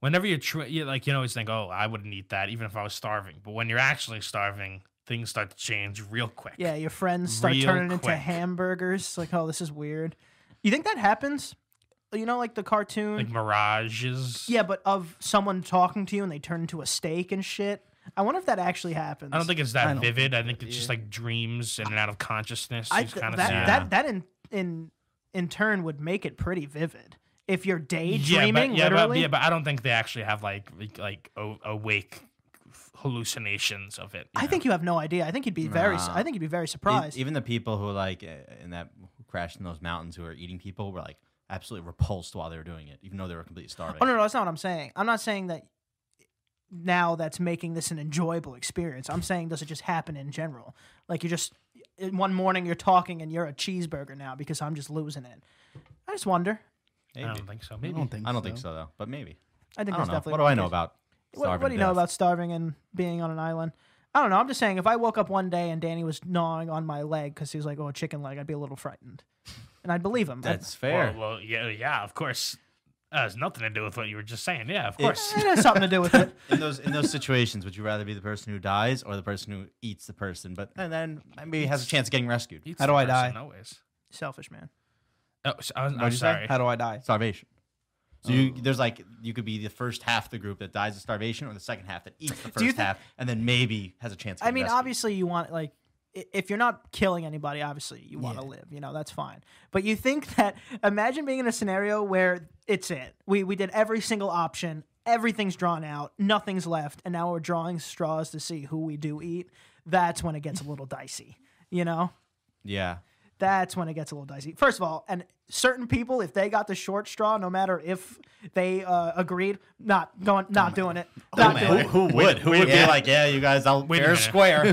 Speaker 3: Whenever you're, tr- you like, you always think, "Oh, I wouldn't eat that, even if I was starving." But when you're actually starving, things start to change real quick.
Speaker 2: Yeah, your friends start
Speaker 3: Real
Speaker 2: turning into
Speaker 3: quick.
Speaker 2: hamburgers. Like, oh, this is weird. You think that happens? You know, like the cartoon.
Speaker 3: like mirages.
Speaker 2: yeah, but of someone talking to you and they turn into a steak and shit. I wonder if that actually happens.
Speaker 3: I don't think it's that
Speaker 4: don't
Speaker 3: vivid. I think it's just like dreams in and out of consciousness.
Speaker 2: I
Speaker 3: You
Speaker 2: th-
Speaker 3: kind of
Speaker 2: that,
Speaker 3: see it.
Speaker 2: that that in in in turn would make it pretty vivid. If you're
Speaker 3: yeah,
Speaker 2: daydreaming,
Speaker 3: but, yeah,
Speaker 2: literally.
Speaker 3: but, yeah, but I don't think they actually have like like, like o- awake hallucinations of it. you
Speaker 2: I
Speaker 3: know?
Speaker 2: think you have no idea. I think you'd be very. su-
Speaker 1: Nah.
Speaker 2: I think you'd be very
Speaker 1: E-
Speaker 2: surprised.
Speaker 1: Even the people who like uh, in that who crashed in those mountains who were eating people were like absolutely repulsed while they were doing it, even though they were completely starving.
Speaker 2: Oh no, no, that's not what I'm saying. I'm not saying that now that's making this an enjoyable experience. I'm saying does it just happen in general? Like you just in one morning you're talking and you're a cheeseburger now because I'm just losing it. I just wonder.
Speaker 1: Maybe.
Speaker 3: I don't think so. Maybe.
Speaker 4: I don't think.
Speaker 1: I don't think so though, but maybe.
Speaker 2: I
Speaker 1: I don't
Speaker 2: think that's
Speaker 1: know.
Speaker 2: definitely
Speaker 1: What do I know about
Speaker 2: What,
Speaker 1: starving?
Speaker 2: what do you know
Speaker 1: death?
Speaker 2: about starving and being on an island? I don't know. I'm just saying if I woke up one day and Danny was gnawing on my leg because he was like, "Oh, a chicken leg," I'd be a little frightened, and I'd believe him.
Speaker 1: That's
Speaker 3: Well,
Speaker 1: fair.
Speaker 3: well, yeah, yeah, of course. Uh, has nothing to do with what you were just saying. Yeah, of course.
Speaker 2: It has something to do with it.
Speaker 1: in those in those situations, would you rather be the person who dies or the person who eats the person, but and then maybe has a chance of getting rescued?
Speaker 3: Eats
Speaker 5: How
Speaker 3: the
Speaker 5: do I
Speaker 3: person
Speaker 5: die?
Speaker 3: Always.
Speaker 2: Selfish man.
Speaker 3: Oh, so I was, I'm
Speaker 1: you say?
Speaker 3: sorry.
Speaker 5: How do I die?
Speaker 1: Starvation. So you,
Speaker 2: Oh.
Speaker 1: there's like you could be the first half of the group that dies of starvation, or the second half that eats the first
Speaker 2: you think-
Speaker 1: half, and then maybe has a chance. Of
Speaker 2: I
Speaker 1: getting
Speaker 2: mean,
Speaker 1: rescued.
Speaker 2: obviously, you want like i- if you're not killing anybody, obviously you want to live. You know, that's fine. But you think that imagine being in a scenario where it's it. We we did every single option. Everything's drawn out. Nothing's left, and now we're drawing straws to see who we do eat. That's when it gets a little dicey. You know,
Speaker 1: yeah.
Speaker 2: that's when it gets a little dicey. First of all, and certain people, if they got the short straw, no matter if they uh, agreed, not going, not doing it, not
Speaker 4: man.
Speaker 2: doing it.
Speaker 1: Who would? Who would
Speaker 4: Yeah.
Speaker 1: be like, yeah, you guys, I'll
Speaker 3: Wait a
Speaker 1: fair
Speaker 3: minute.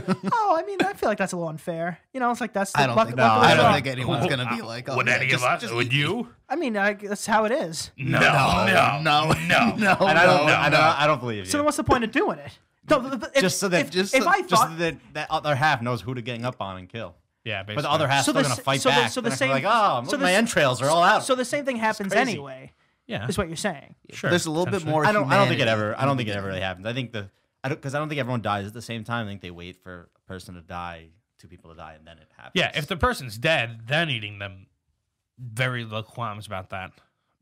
Speaker 1: square.
Speaker 2: Oh, I mean, I feel like that's a little unfair. You know, it's like that's the
Speaker 4: I don't
Speaker 2: luck-
Speaker 4: think.
Speaker 2: luck of the
Speaker 4: I don't
Speaker 2: draw.
Speaker 4: think anyone's gonna be like. Oh,
Speaker 3: would
Speaker 4: yeah,
Speaker 3: any
Speaker 4: just-
Speaker 3: of us?
Speaker 4: just
Speaker 3: would
Speaker 4: eat
Speaker 3: you?
Speaker 2: I mean, I, that's how it is.
Speaker 3: No,
Speaker 4: No, no, no, no.
Speaker 1: And I don't,
Speaker 4: no,
Speaker 1: I don't,
Speaker 4: no.
Speaker 1: I don't believe you.
Speaker 2: So then, what's the point of doing it? No, th- th- if-
Speaker 1: just so that,
Speaker 2: if,
Speaker 1: just,
Speaker 2: if
Speaker 1: so,
Speaker 2: I
Speaker 1: just
Speaker 2: thought
Speaker 1: so that that other half knows who to gang up on and kill.
Speaker 3: Yeah, basically.
Speaker 1: But the other half's
Speaker 2: So
Speaker 1: still
Speaker 2: the
Speaker 1: gonna
Speaker 2: s-
Speaker 1: fight
Speaker 2: so the-
Speaker 1: back.
Speaker 2: so the
Speaker 1: They're not gonna be
Speaker 2: same-
Speaker 1: like, oh,
Speaker 2: so
Speaker 1: look,
Speaker 2: the
Speaker 1: my
Speaker 2: s-
Speaker 1: entrails are all out.
Speaker 2: So the same thing happens
Speaker 1: crazy.
Speaker 2: anyway,
Speaker 3: yeah,
Speaker 2: is what you're saying.
Speaker 3: sure.
Speaker 4: There's a little bit
Speaker 3: essentially.
Speaker 4: more.
Speaker 1: I don't. I don't think it
Speaker 4: humanity
Speaker 1: ever.
Speaker 4: in
Speaker 1: I
Speaker 4: the
Speaker 1: don't think it ever
Speaker 4: beginning.
Speaker 1: really happens. I think the. I don't because I don't think everyone dies at the same time. I think they wait for a person to die, two people to die, and then it happens.
Speaker 3: Yeah, if the person's dead, then eating them, very low qualms about that.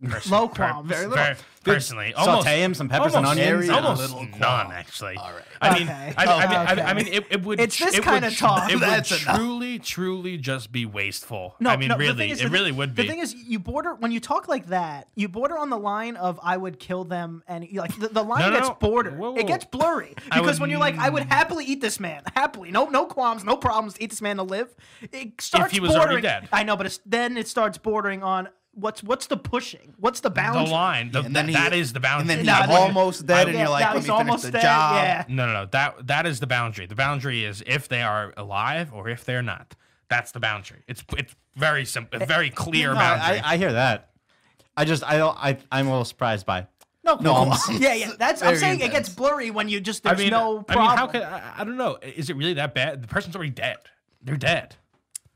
Speaker 3: Person-
Speaker 2: Low
Speaker 3: per-
Speaker 2: qualms. Very
Speaker 1: little.
Speaker 3: per- personally, almost
Speaker 1: saute him some peppers and
Speaker 3: almost-
Speaker 1: onions. and-
Speaker 3: Almost
Speaker 4: Very
Speaker 3: none,
Speaker 4: little qualm.
Speaker 3: actually.
Speaker 4: All right.
Speaker 3: I mean,
Speaker 2: Okay.
Speaker 3: I, I mean,
Speaker 2: Okay.
Speaker 3: I, I mean, it, it would.
Speaker 2: It's this
Speaker 3: it would
Speaker 2: kinda
Speaker 3: tr-
Speaker 2: talk.
Speaker 3: It would
Speaker 4: That's enough.
Speaker 3: truly, truly just be wasteful.
Speaker 2: No,
Speaker 3: I mean,
Speaker 2: no, the
Speaker 3: really,
Speaker 2: thing is-
Speaker 3: it
Speaker 2: the thi-
Speaker 3: really would be.
Speaker 2: The thing is, you border when you talk like that, you border on the line of "I would kill them," and you- like the, the line
Speaker 3: No, no,
Speaker 2: gets
Speaker 3: no.
Speaker 2: bordered.
Speaker 3: Whoa,
Speaker 2: It
Speaker 3: whoa.
Speaker 2: gets blurry
Speaker 3: I
Speaker 2: because
Speaker 3: would- Mm.
Speaker 2: when you're like, "I would happily eat this man, happily, no, no qualms, no problems, to eat this man to live," it starts
Speaker 3: he was already
Speaker 2: bordering.
Speaker 3: dead.
Speaker 2: I know, but it's, then it starts bordering on what's what's the pushing, what's the
Speaker 3: the
Speaker 2: boundary?
Speaker 3: line. The,
Speaker 4: And then
Speaker 3: that-
Speaker 4: he-
Speaker 3: that is the boundary.
Speaker 4: And then he's
Speaker 2: No, I wouldn't-
Speaker 4: almost dead, and
Speaker 2: Yeah,
Speaker 4: you're like,
Speaker 2: now
Speaker 4: let me
Speaker 2: he's
Speaker 4: finish
Speaker 2: almost
Speaker 4: the
Speaker 2: dead.
Speaker 4: job.
Speaker 2: Yeah.
Speaker 3: No, no, no. That that is the boundary. The boundary is if they are alive or if they're not. That's the boundary. It's it's very simple, very clear
Speaker 1: No,
Speaker 3: boundary.
Speaker 1: I, I hear that. I just. I don't. I. I'm a little surprised by. No, no.
Speaker 2: Yeah, yeah. That's I'm
Speaker 4: Very
Speaker 2: saying it
Speaker 4: intense.
Speaker 2: gets blurry when you just
Speaker 3: I
Speaker 2: there's
Speaker 3: mean,
Speaker 2: no
Speaker 3: I
Speaker 2: problem.
Speaker 3: mean, how could I, I don't know? Is it really that bad? The person's already dead. They're dead.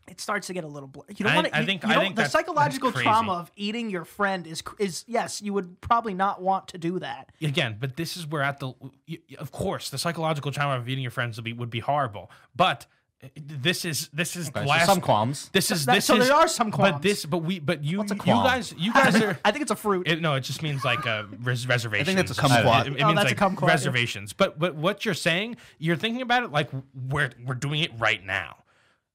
Speaker 2: it starts to get a little blur. You don't
Speaker 3: I-
Speaker 2: want to.
Speaker 3: I
Speaker 2: you,
Speaker 3: think-
Speaker 2: you
Speaker 3: I
Speaker 2: don't-
Speaker 3: think
Speaker 2: the
Speaker 3: that's- that's
Speaker 2: psychological
Speaker 3: crazy.
Speaker 2: trauma of eating your friend is cr- is yes, you would probably not want to do that.
Speaker 3: again, but this is where at the y- y- of course the psychological trauma of eating your friends would be would be horrible. But uh, this is this is the
Speaker 1: so
Speaker 3: last
Speaker 1: some qualms.
Speaker 3: This is
Speaker 2: that-
Speaker 3: this
Speaker 2: so
Speaker 3: is
Speaker 2: there are some
Speaker 3: But
Speaker 2: qualms.
Speaker 3: this but we but you
Speaker 1: What's a
Speaker 3: you
Speaker 1: qualm?
Speaker 3: guys you guys are.
Speaker 2: I think it's a fruit.
Speaker 3: It, no, it just means like uh, res- reservations.
Speaker 4: that's a
Speaker 3: or something.
Speaker 4: kumquat.
Speaker 3: It, it
Speaker 2: Oh,
Speaker 3: means
Speaker 2: that's a
Speaker 3: like
Speaker 2: kumquat, yeah.
Speaker 3: reservations. But but what you're saying, you're thinking about it like we're we're doing it right now.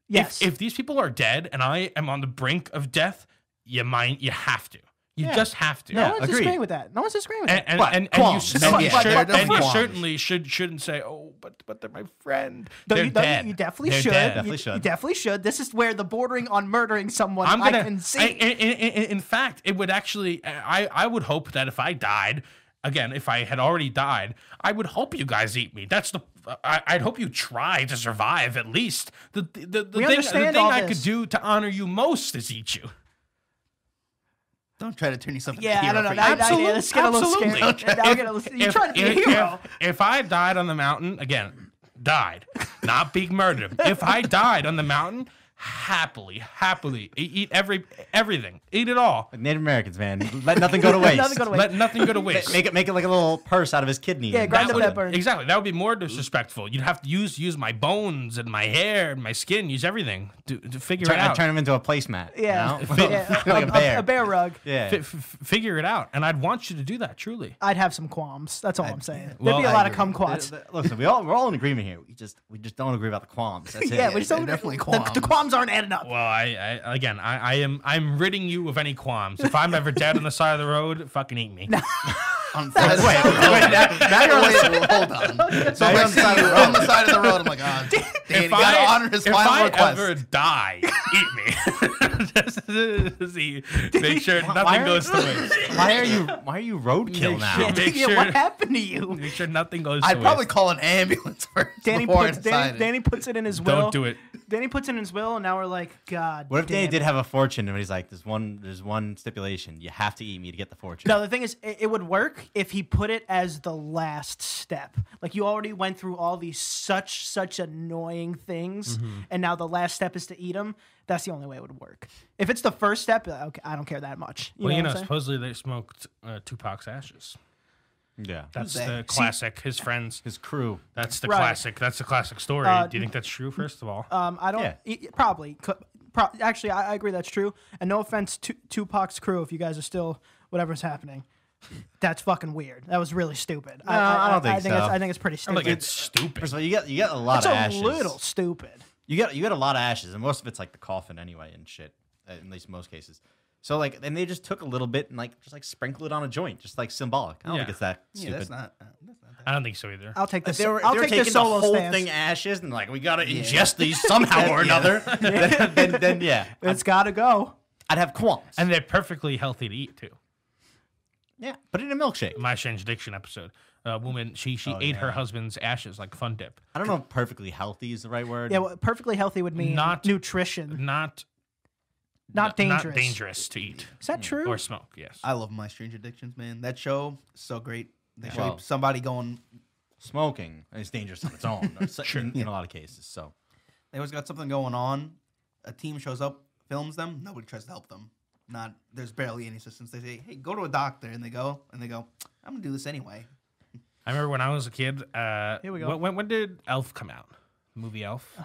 Speaker 2: yes.
Speaker 3: If these people are dead and I am on the brink of death, you mind you have to. You just have to.
Speaker 2: no one's
Speaker 1: agreed.
Speaker 2: disagreeing with that. No one's disagreeing with
Speaker 3: And
Speaker 2: that.
Speaker 3: and,
Speaker 1: But
Speaker 3: and, and you,
Speaker 1: qualms.
Speaker 3: should,
Speaker 1: No,
Speaker 3: and you
Speaker 4: yeah,
Speaker 3: should-
Speaker 4: they're- they're
Speaker 3: and you
Speaker 4: qualms.
Speaker 3: certainly should shouldn't say, oh, but but they're my friend.
Speaker 2: Though
Speaker 3: they're
Speaker 2: you, though you-
Speaker 3: dead.
Speaker 2: you definitely
Speaker 3: They're
Speaker 2: should.
Speaker 3: dead.
Speaker 1: Definitely
Speaker 2: you,
Speaker 1: should.
Speaker 2: you definitely should. This is where the bordering on murdering someone
Speaker 3: I'm gonna.
Speaker 2: I can see.
Speaker 3: I- in, in- in- in fact, it would actually. I I would hope that if I died, again, if I had already died, I would hope you guys eat me. That's the. I, I'd hope you try to survive at least. The the the, the thing, the
Speaker 2: understand
Speaker 3: thing
Speaker 2: all
Speaker 3: I could
Speaker 2: this.
Speaker 3: do to honor you most is eat you.
Speaker 4: Don't try to turn yourself into
Speaker 2: yeah, I
Speaker 4: hero
Speaker 2: don't know.
Speaker 4: for
Speaker 2: Now, now,
Speaker 3: Absolute-
Speaker 2: let's get a little
Speaker 3: absolutely.
Speaker 2: scared. Now we're gonna- you're trying to be a
Speaker 3: if-
Speaker 2: hero.
Speaker 3: If, if I died on the mountain again, died, not being murdered. if I died on the mountain, happily, happily e- eat every everything, eat it all.
Speaker 1: Native Americans, man. Let nothing go to waste.
Speaker 2: Nothing go to waste.
Speaker 3: Let nothing go to waste.
Speaker 1: Make it. Make it like a little purse out of his kidney.
Speaker 2: Yeah,
Speaker 1: and
Speaker 2: grind
Speaker 1: that
Speaker 2: up
Speaker 1: would-
Speaker 2: that burn.
Speaker 3: Exactly. That would be more disrespectful. You'd have to use use my bones and my hair and my skin, use everything to, to figure it
Speaker 1: Turn, uh,
Speaker 3: out.
Speaker 1: turn him into a placemat. you
Speaker 2: Yeah,
Speaker 1: know?
Speaker 2: yeah,
Speaker 1: like a, bear.
Speaker 2: a bear rug.
Speaker 1: Yeah.
Speaker 3: Fi- f- figure it out. And I'd want you to do that, truly.
Speaker 2: I'd have some qualms. That's all I, am saying.
Speaker 3: Well,
Speaker 2: There'd be a
Speaker 3: I
Speaker 2: lot of
Speaker 4: agree.
Speaker 2: kumquats.
Speaker 1: Th- th- Listen, we all we're all in agreement here. We just we just don't agree about the qualms. That's it.
Speaker 2: yeah, we just
Speaker 4: they're
Speaker 2: don't-
Speaker 4: definitely
Speaker 2: the- The,
Speaker 4: qualms.
Speaker 2: qualms aren't adding up.
Speaker 3: Well, I, I again, I, I am I'm ridding you of any qualms. If I'm ever dead on the side of the road, fucking eat me.
Speaker 4: On
Speaker 1: Wait, wait, now, now you're on the
Speaker 4: Wait, hold on. So
Speaker 1: Now
Speaker 4: I
Speaker 1: you're on the
Speaker 4: see
Speaker 1: side of
Speaker 4: you
Speaker 1: the
Speaker 4: on
Speaker 1: road.
Speaker 4: the side of the road. I'm like, oh, Danny,
Speaker 3: if
Speaker 4: gotta
Speaker 3: I,
Speaker 4: honor his
Speaker 3: if
Speaker 4: final
Speaker 3: I
Speaker 4: request.
Speaker 3: ever die, eat me. See, make sure
Speaker 1: why
Speaker 3: nothing
Speaker 1: are-
Speaker 3: goes to waste.
Speaker 1: Why are you why are you roadkill now?
Speaker 3: shit. make
Speaker 2: yeah,
Speaker 3: sure-
Speaker 2: what happened to you?
Speaker 3: Make sure nothing goes to
Speaker 4: I'd probably
Speaker 3: waste.
Speaker 4: call an ambulance first.
Speaker 2: Danny
Speaker 4: before I
Speaker 2: puts, Danny,
Speaker 4: decided.
Speaker 2: Danny puts it in his will.
Speaker 3: Don't do it.
Speaker 2: Danny puts it in his will, and now we're like, God.
Speaker 1: What if Danny
Speaker 2: damn
Speaker 1: did
Speaker 2: it.
Speaker 1: have a fortune and he's like, there's one there's one stipulation. You have to eat me to get the fortune.
Speaker 2: No, the thing is, it, it would work if he put it as the last step. Like you already went through all these such such annoying things,
Speaker 1: Mm-hmm.
Speaker 2: and now the last step is to eat him. That's the only way it would work. If it's the first step, uh, okay, I don't care that much. You
Speaker 3: Well,
Speaker 2: know what
Speaker 3: you know,
Speaker 2: I'm saying?
Speaker 3: supposedly they smoked uh, Tupac's ashes.
Speaker 1: Yeah.
Speaker 3: That's
Speaker 4: that?
Speaker 3: the classic. his friends.
Speaker 1: Mm-hmm. His crew.
Speaker 3: That's the
Speaker 2: Right.
Speaker 3: classic. That's the classic story.
Speaker 2: Uh,
Speaker 3: Do you think that's true? First of all,
Speaker 2: Um, I don't
Speaker 1: Yeah.
Speaker 2: e- probably. co- Pro- actually, I, I agree that's true. And no offense to Tupac's crew, if you guys are still whatever's happening, that's fucking weird. That was really stupid.
Speaker 1: No, I don't think
Speaker 2: I think, it's,
Speaker 1: so.
Speaker 2: I think it's pretty
Speaker 3: I'm
Speaker 2: stupid.
Speaker 3: like it's
Speaker 1: First
Speaker 3: stupid.
Speaker 1: of all, you get you get a lot
Speaker 2: it's
Speaker 1: of
Speaker 2: a
Speaker 1: ashes.
Speaker 2: little stupid.
Speaker 1: You get you get a lot of ashes, and most of it's like the coffin anyway and shit. uh, At least most cases. So like, and they just took a little bit and like just like sprinkle it on a joint, just like symbolic. I don't
Speaker 3: Yeah.
Speaker 1: think it's that
Speaker 4: Yeah,
Speaker 1: stupid.
Speaker 4: that's not. That's not that
Speaker 3: I don't think so either.
Speaker 2: I'll take this.
Speaker 1: They were,
Speaker 2: I'll
Speaker 1: they were
Speaker 2: take
Speaker 1: taking
Speaker 2: the solo
Speaker 1: whole
Speaker 2: stance.
Speaker 1: thing ashes and like we gotta ingest these somehow or another. then, then, then yeah,
Speaker 2: It's got to go.
Speaker 1: I'd have qualms.
Speaker 3: and they're perfectly healthy to eat too.
Speaker 1: yeah, put it in a milkshake.
Speaker 3: My Strange Addiction episode. A woman she
Speaker 2: Oh,
Speaker 3: she ate her husband's ashes like fun dip.
Speaker 1: I don't know if perfectly healthy is the right word.
Speaker 2: Yeah, well, perfectly healthy would mean
Speaker 3: Not-
Speaker 2: nutrition,
Speaker 3: Not
Speaker 2: not dangerous. Uh,
Speaker 3: Not dangerous to eat
Speaker 2: Is that true?
Speaker 3: or smoke. Yes.
Speaker 4: I love My Strange Addictions, man. That show, so great. They show
Speaker 1: Well-
Speaker 4: you somebody going,
Speaker 1: Smoking is dangerous on its own so- in, in a lot of cases. So
Speaker 4: they always got something going on. A team shows up, films them. Nobody tries to help them. Not there's barely any assistance. They say, "Hey, go to a doctor," and they go, and they go, "I'm gonna do this anyway."
Speaker 3: I remember when I was a kid. Uh,
Speaker 2: Here we go.
Speaker 3: When, when, when did Elf come out? The movie Elf.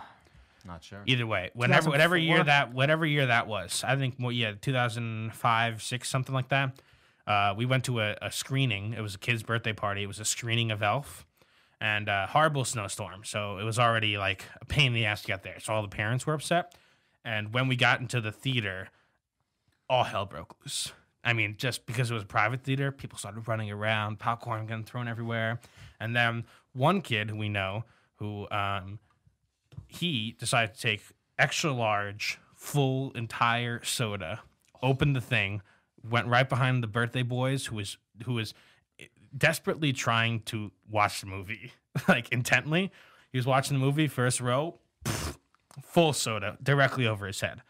Speaker 1: not sure.
Speaker 3: Either way,
Speaker 2: 2004?
Speaker 3: whenever whatever year that whatever year that was, I think well, yeah, 2005, six, something like that. Uh, we went to a, a screening. It was a kid's birthday party. It was a screening of Elf, and uh, horrible snowstorm. So it was already like a pain in the ass to get there. So all the parents were upset. And when we got into the theater, all hell broke loose. I mean, just because it was a private theater, people started running around, popcorn getting thrown everywhere. And then one kid who we know, who um, he decided to take extra large, full, entire soda, opened the thing, went right behind the birthday boys who was who was desperately trying to watch the movie, like intently. He was watching the movie, first row, pff, full soda directly over his head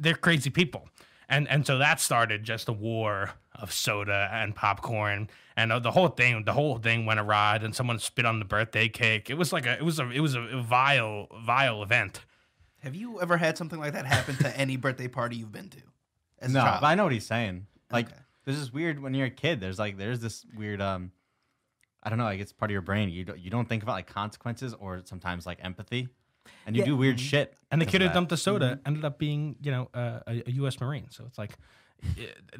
Speaker 3: they're crazy people. And and so that started just a war of soda and popcorn, and uh, the whole thing the whole thing went awry. And someone spit on the birthday cake. It was like a it was a it was a vile vile event.
Speaker 4: Have you ever had something like that happen to any birthday party you've been to? As
Speaker 1: No,
Speaker 4: a
Speaker 1: but
Speaker 4: child?
Speaker 1: I know what he's saying. Like,
Speaker 4: Okay.
Speaker 1: there's this weird when you're a kid. There's like there's this weird um, I don't know. Like it's part of your brain. You don't, you don't think about like consequences or sometimes like empathy, and you
Speaker 2: Yeah. mm-hmm.
Speaker 1: do weird shit.
Speaker 3: And the
Speaker 1: because of
Speaker 3: kid who
Speaker 1: that.
Speaker 3: dumped the soda ended up being you know uh, a, a U.S. Marine. So it's like i-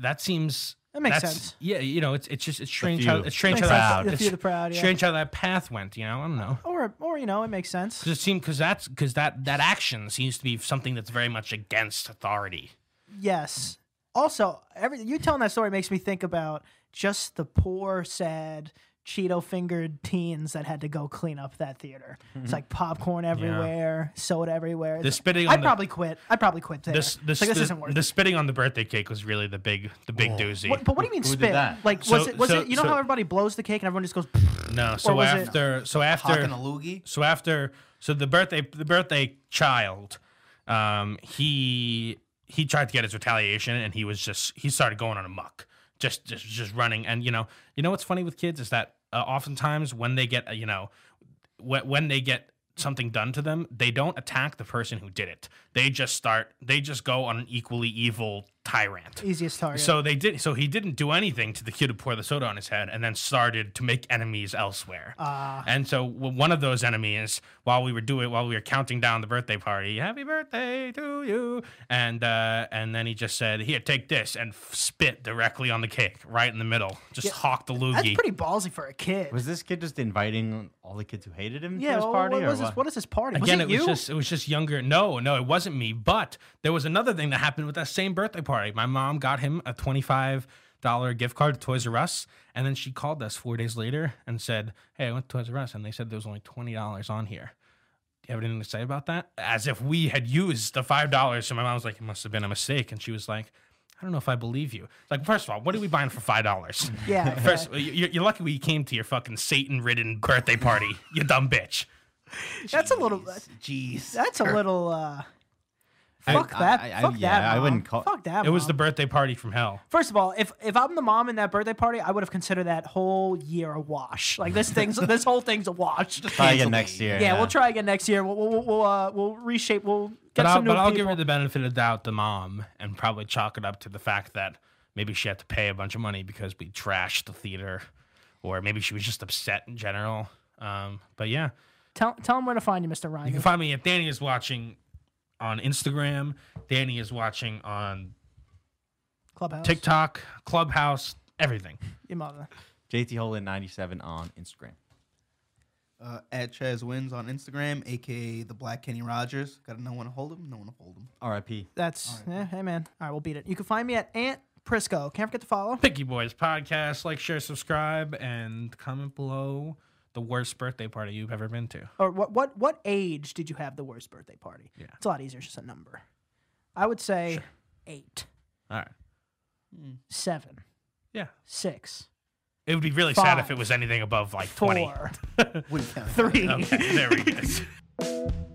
Speaker 3: that seems
Speaker 2: That makes
Speaker 3: that's-
Speaker 2: sense.
Speaker 3: Yeah, you know it's it's just it's strange how
Speaker 1: few.
Speaker 3: it's strange how
Speaker 2: Makes
Speaker 3: that
Speaker 2: sense. The
Speaker 3: it's
Speaker 2: few, the proud, yeah. Oh.
Speaker 3: strange how that path went. You know I don't know.
Speaker 2: or, or you know, it makes sense.
Speaker 3: Because it seemed because that's because that that action seems to be something that's very much against authority.
Speaker 2: Yes. Also, every you telling that story makes me think about just the poor, sad, Cheeto-fingered teens that had to go clean up that theater. It's like popcorn everywhere, soda everywhere. It's
Speaker 3: The
Speaker 2: like-
Speaker 3: spitting on
Speaker 2: I'd
Speaker 3: the-
Speaker 2: probably quit. I'd probably quit there.
Speaker 3: This
Speaker 2: It's
Speaker 3: this,
Speaker 2: like, this
Speaker 3: the,
Speaker 2: isn't worth
Speaker 3: the
Speaker 2: it.
Speaker 3: spitting on the birthday cake was really the big the big doozy.
Speaker 2: What, but what do you mean
Speaker 1: Who did
Speaker 2: spit?
Speaker 1: that?
Speaker 2: Like was
Speaker 3: So-
Speaker 2: it was
Speaker 3: so-
Speaker 2: it you know
Speaker 3: so-
Speaker 2: how everybody blows the cake and everyone just goes
Speaker 3: no, so
Speaker 2: was it-
Speaker 3: after so after
Speaker 4: Hawking a loogie.
Speaker 3: so after so the birthday the birthday child, um, he he tried to get his retaliation and he was just he started going on a muck, just just just running and you know you know what's funny with kids is that uh, oftentimes when they get uh, you know when, when they get something done to them, they don't attack the person who did it. They just start they just go on an equally evil tyrant.
Speaker 2: easiest target.
Speaker 3: So they did. So he didn't do anything to the kid who poured the soda on his head, and then started to make enemies elsewhere.
Speaker 2: Ah.
Speaker 3: and so w- one of those enemies, while we were doing, while we were counting down the birthday party, "Happy birthday to you," and uh, and then he just said, "Here, take this," and f- spit directly on the cake, right in the middle, just hawk the loogie.
Speaker 2: that's pretty ballsy for a kid.
Speaker 1: Was this kid just inviting all the kids who hated him to
Speaker 2: yeah,
Speaker 1: his
Speaker 2: well,
Speaker 1: party?
Speaker 2: what
Speaker 1: or
Speaker 2: was this? What is this party?
Speaker 3: Again,
Speaker 2: was
Speaker 3: it,
Speaker 2: it, you?
Speaker 3: was just it was just younger. No, no, it wasn't me. But there was another thing that happened with that same birthday party. My mom got him a twenty five dollar gift card to Toys R Us, and then she called us four days later and said, "Hey, I went to Toys R Us, and they said there was only twenty dollars on here." Do you have anything to say about that? As if we had used the five dollars. So my mom was like, "It must have been a mistake," and she was like. I don't know if I believe you. It's Like, first of all, what are we buying for five dollars?
Speaker 2: Yeah,
Speaker 3: First, you- you're, you're lucky we came to your fucking Satan-ridden birthday party. You dumb bitch.
Speaker 2: that's a little
Speaker 4: Jeez,
Speaker 2: that's a little uh
Speaker 1: I-
Speaker 2: Fuck
Speaker 1: I-
Speaker 2: that.
Speaker 1: I- I-
Speaker 2: fuck
Speaker 1: yeah,
Speaker 2: that.
Speaker 1: I
Speaker 2: Mom.
Speaker 1: wouldn't call-
Speaker 2: Fuck that.
Speaker 3: It was the
Speaker 2: Mom.
Speaker 3: birthday party from hell.
Speaker 2: First of all, if if I'm the mom in that birthday party, I would have considered that whole year a wash. Like this thing's this whole thing's a wash.
Speaker 1: Try
Speaker 4: Cancel
Speaker 1: again next
Speaker 4: me.
Speaker 1: year.
Speaker 2: yeah, we'll try again next year. We'll we'll we'll, uh, we'll reshape. We'll get
Speaker 3: But I'll,
Speaker 2: some new
Speaker 3: but I'll give
Speaker 2: people.
Speaker 3: her the benefit of the doubt, the mom, and probably chalk it up to the fact that maybe she had to pay a bunch of money because we trashed the theater, or maybe she was just upset in general. Um, but yeah,
Speaker 2: tell tell them where to find you, Mr. Ryan.
Speaker 3: you can find me at Danny is watching on Instagram. Danny is watching on
Speaker 2: Clubhouse.
Speaker 3: TikTok, Clubhouse, everything.
Speaker 2: Your mother.
Speaker 1: JT Holland ninety seven on Instagram.
Speaker 4: Uh, at Chaz Wins on Instagram, aka the Black Kenny Rogers. Got to no one to hold him, no one to hold him.
Speaker 1: R.I.P.
Speaker 2: That's yeah, hey man. All right, we'll beat it. You can find me at Ant Prisco. Can't forget to follow.
Speaker 3: Picky Boys podcast. Like, share, subscribe, and comment below the worst birthday party you've ever been to.
Speaker 2: Or what? What? What age did you have the worst birthday party? Yeah. It's a lot easier. It's just a number. I would say eight,
Speaker 3: All right.
Speaker 2: seven,
Speaker 3: Yeah.
Speaker 2: six,
Speaker 3: It would be really sad if it was anything above like 20.
Speaker 2: four,
Speaker 4: Wouldn't count.
Speaker 2: three.
Speaker 3: Okay, there we go.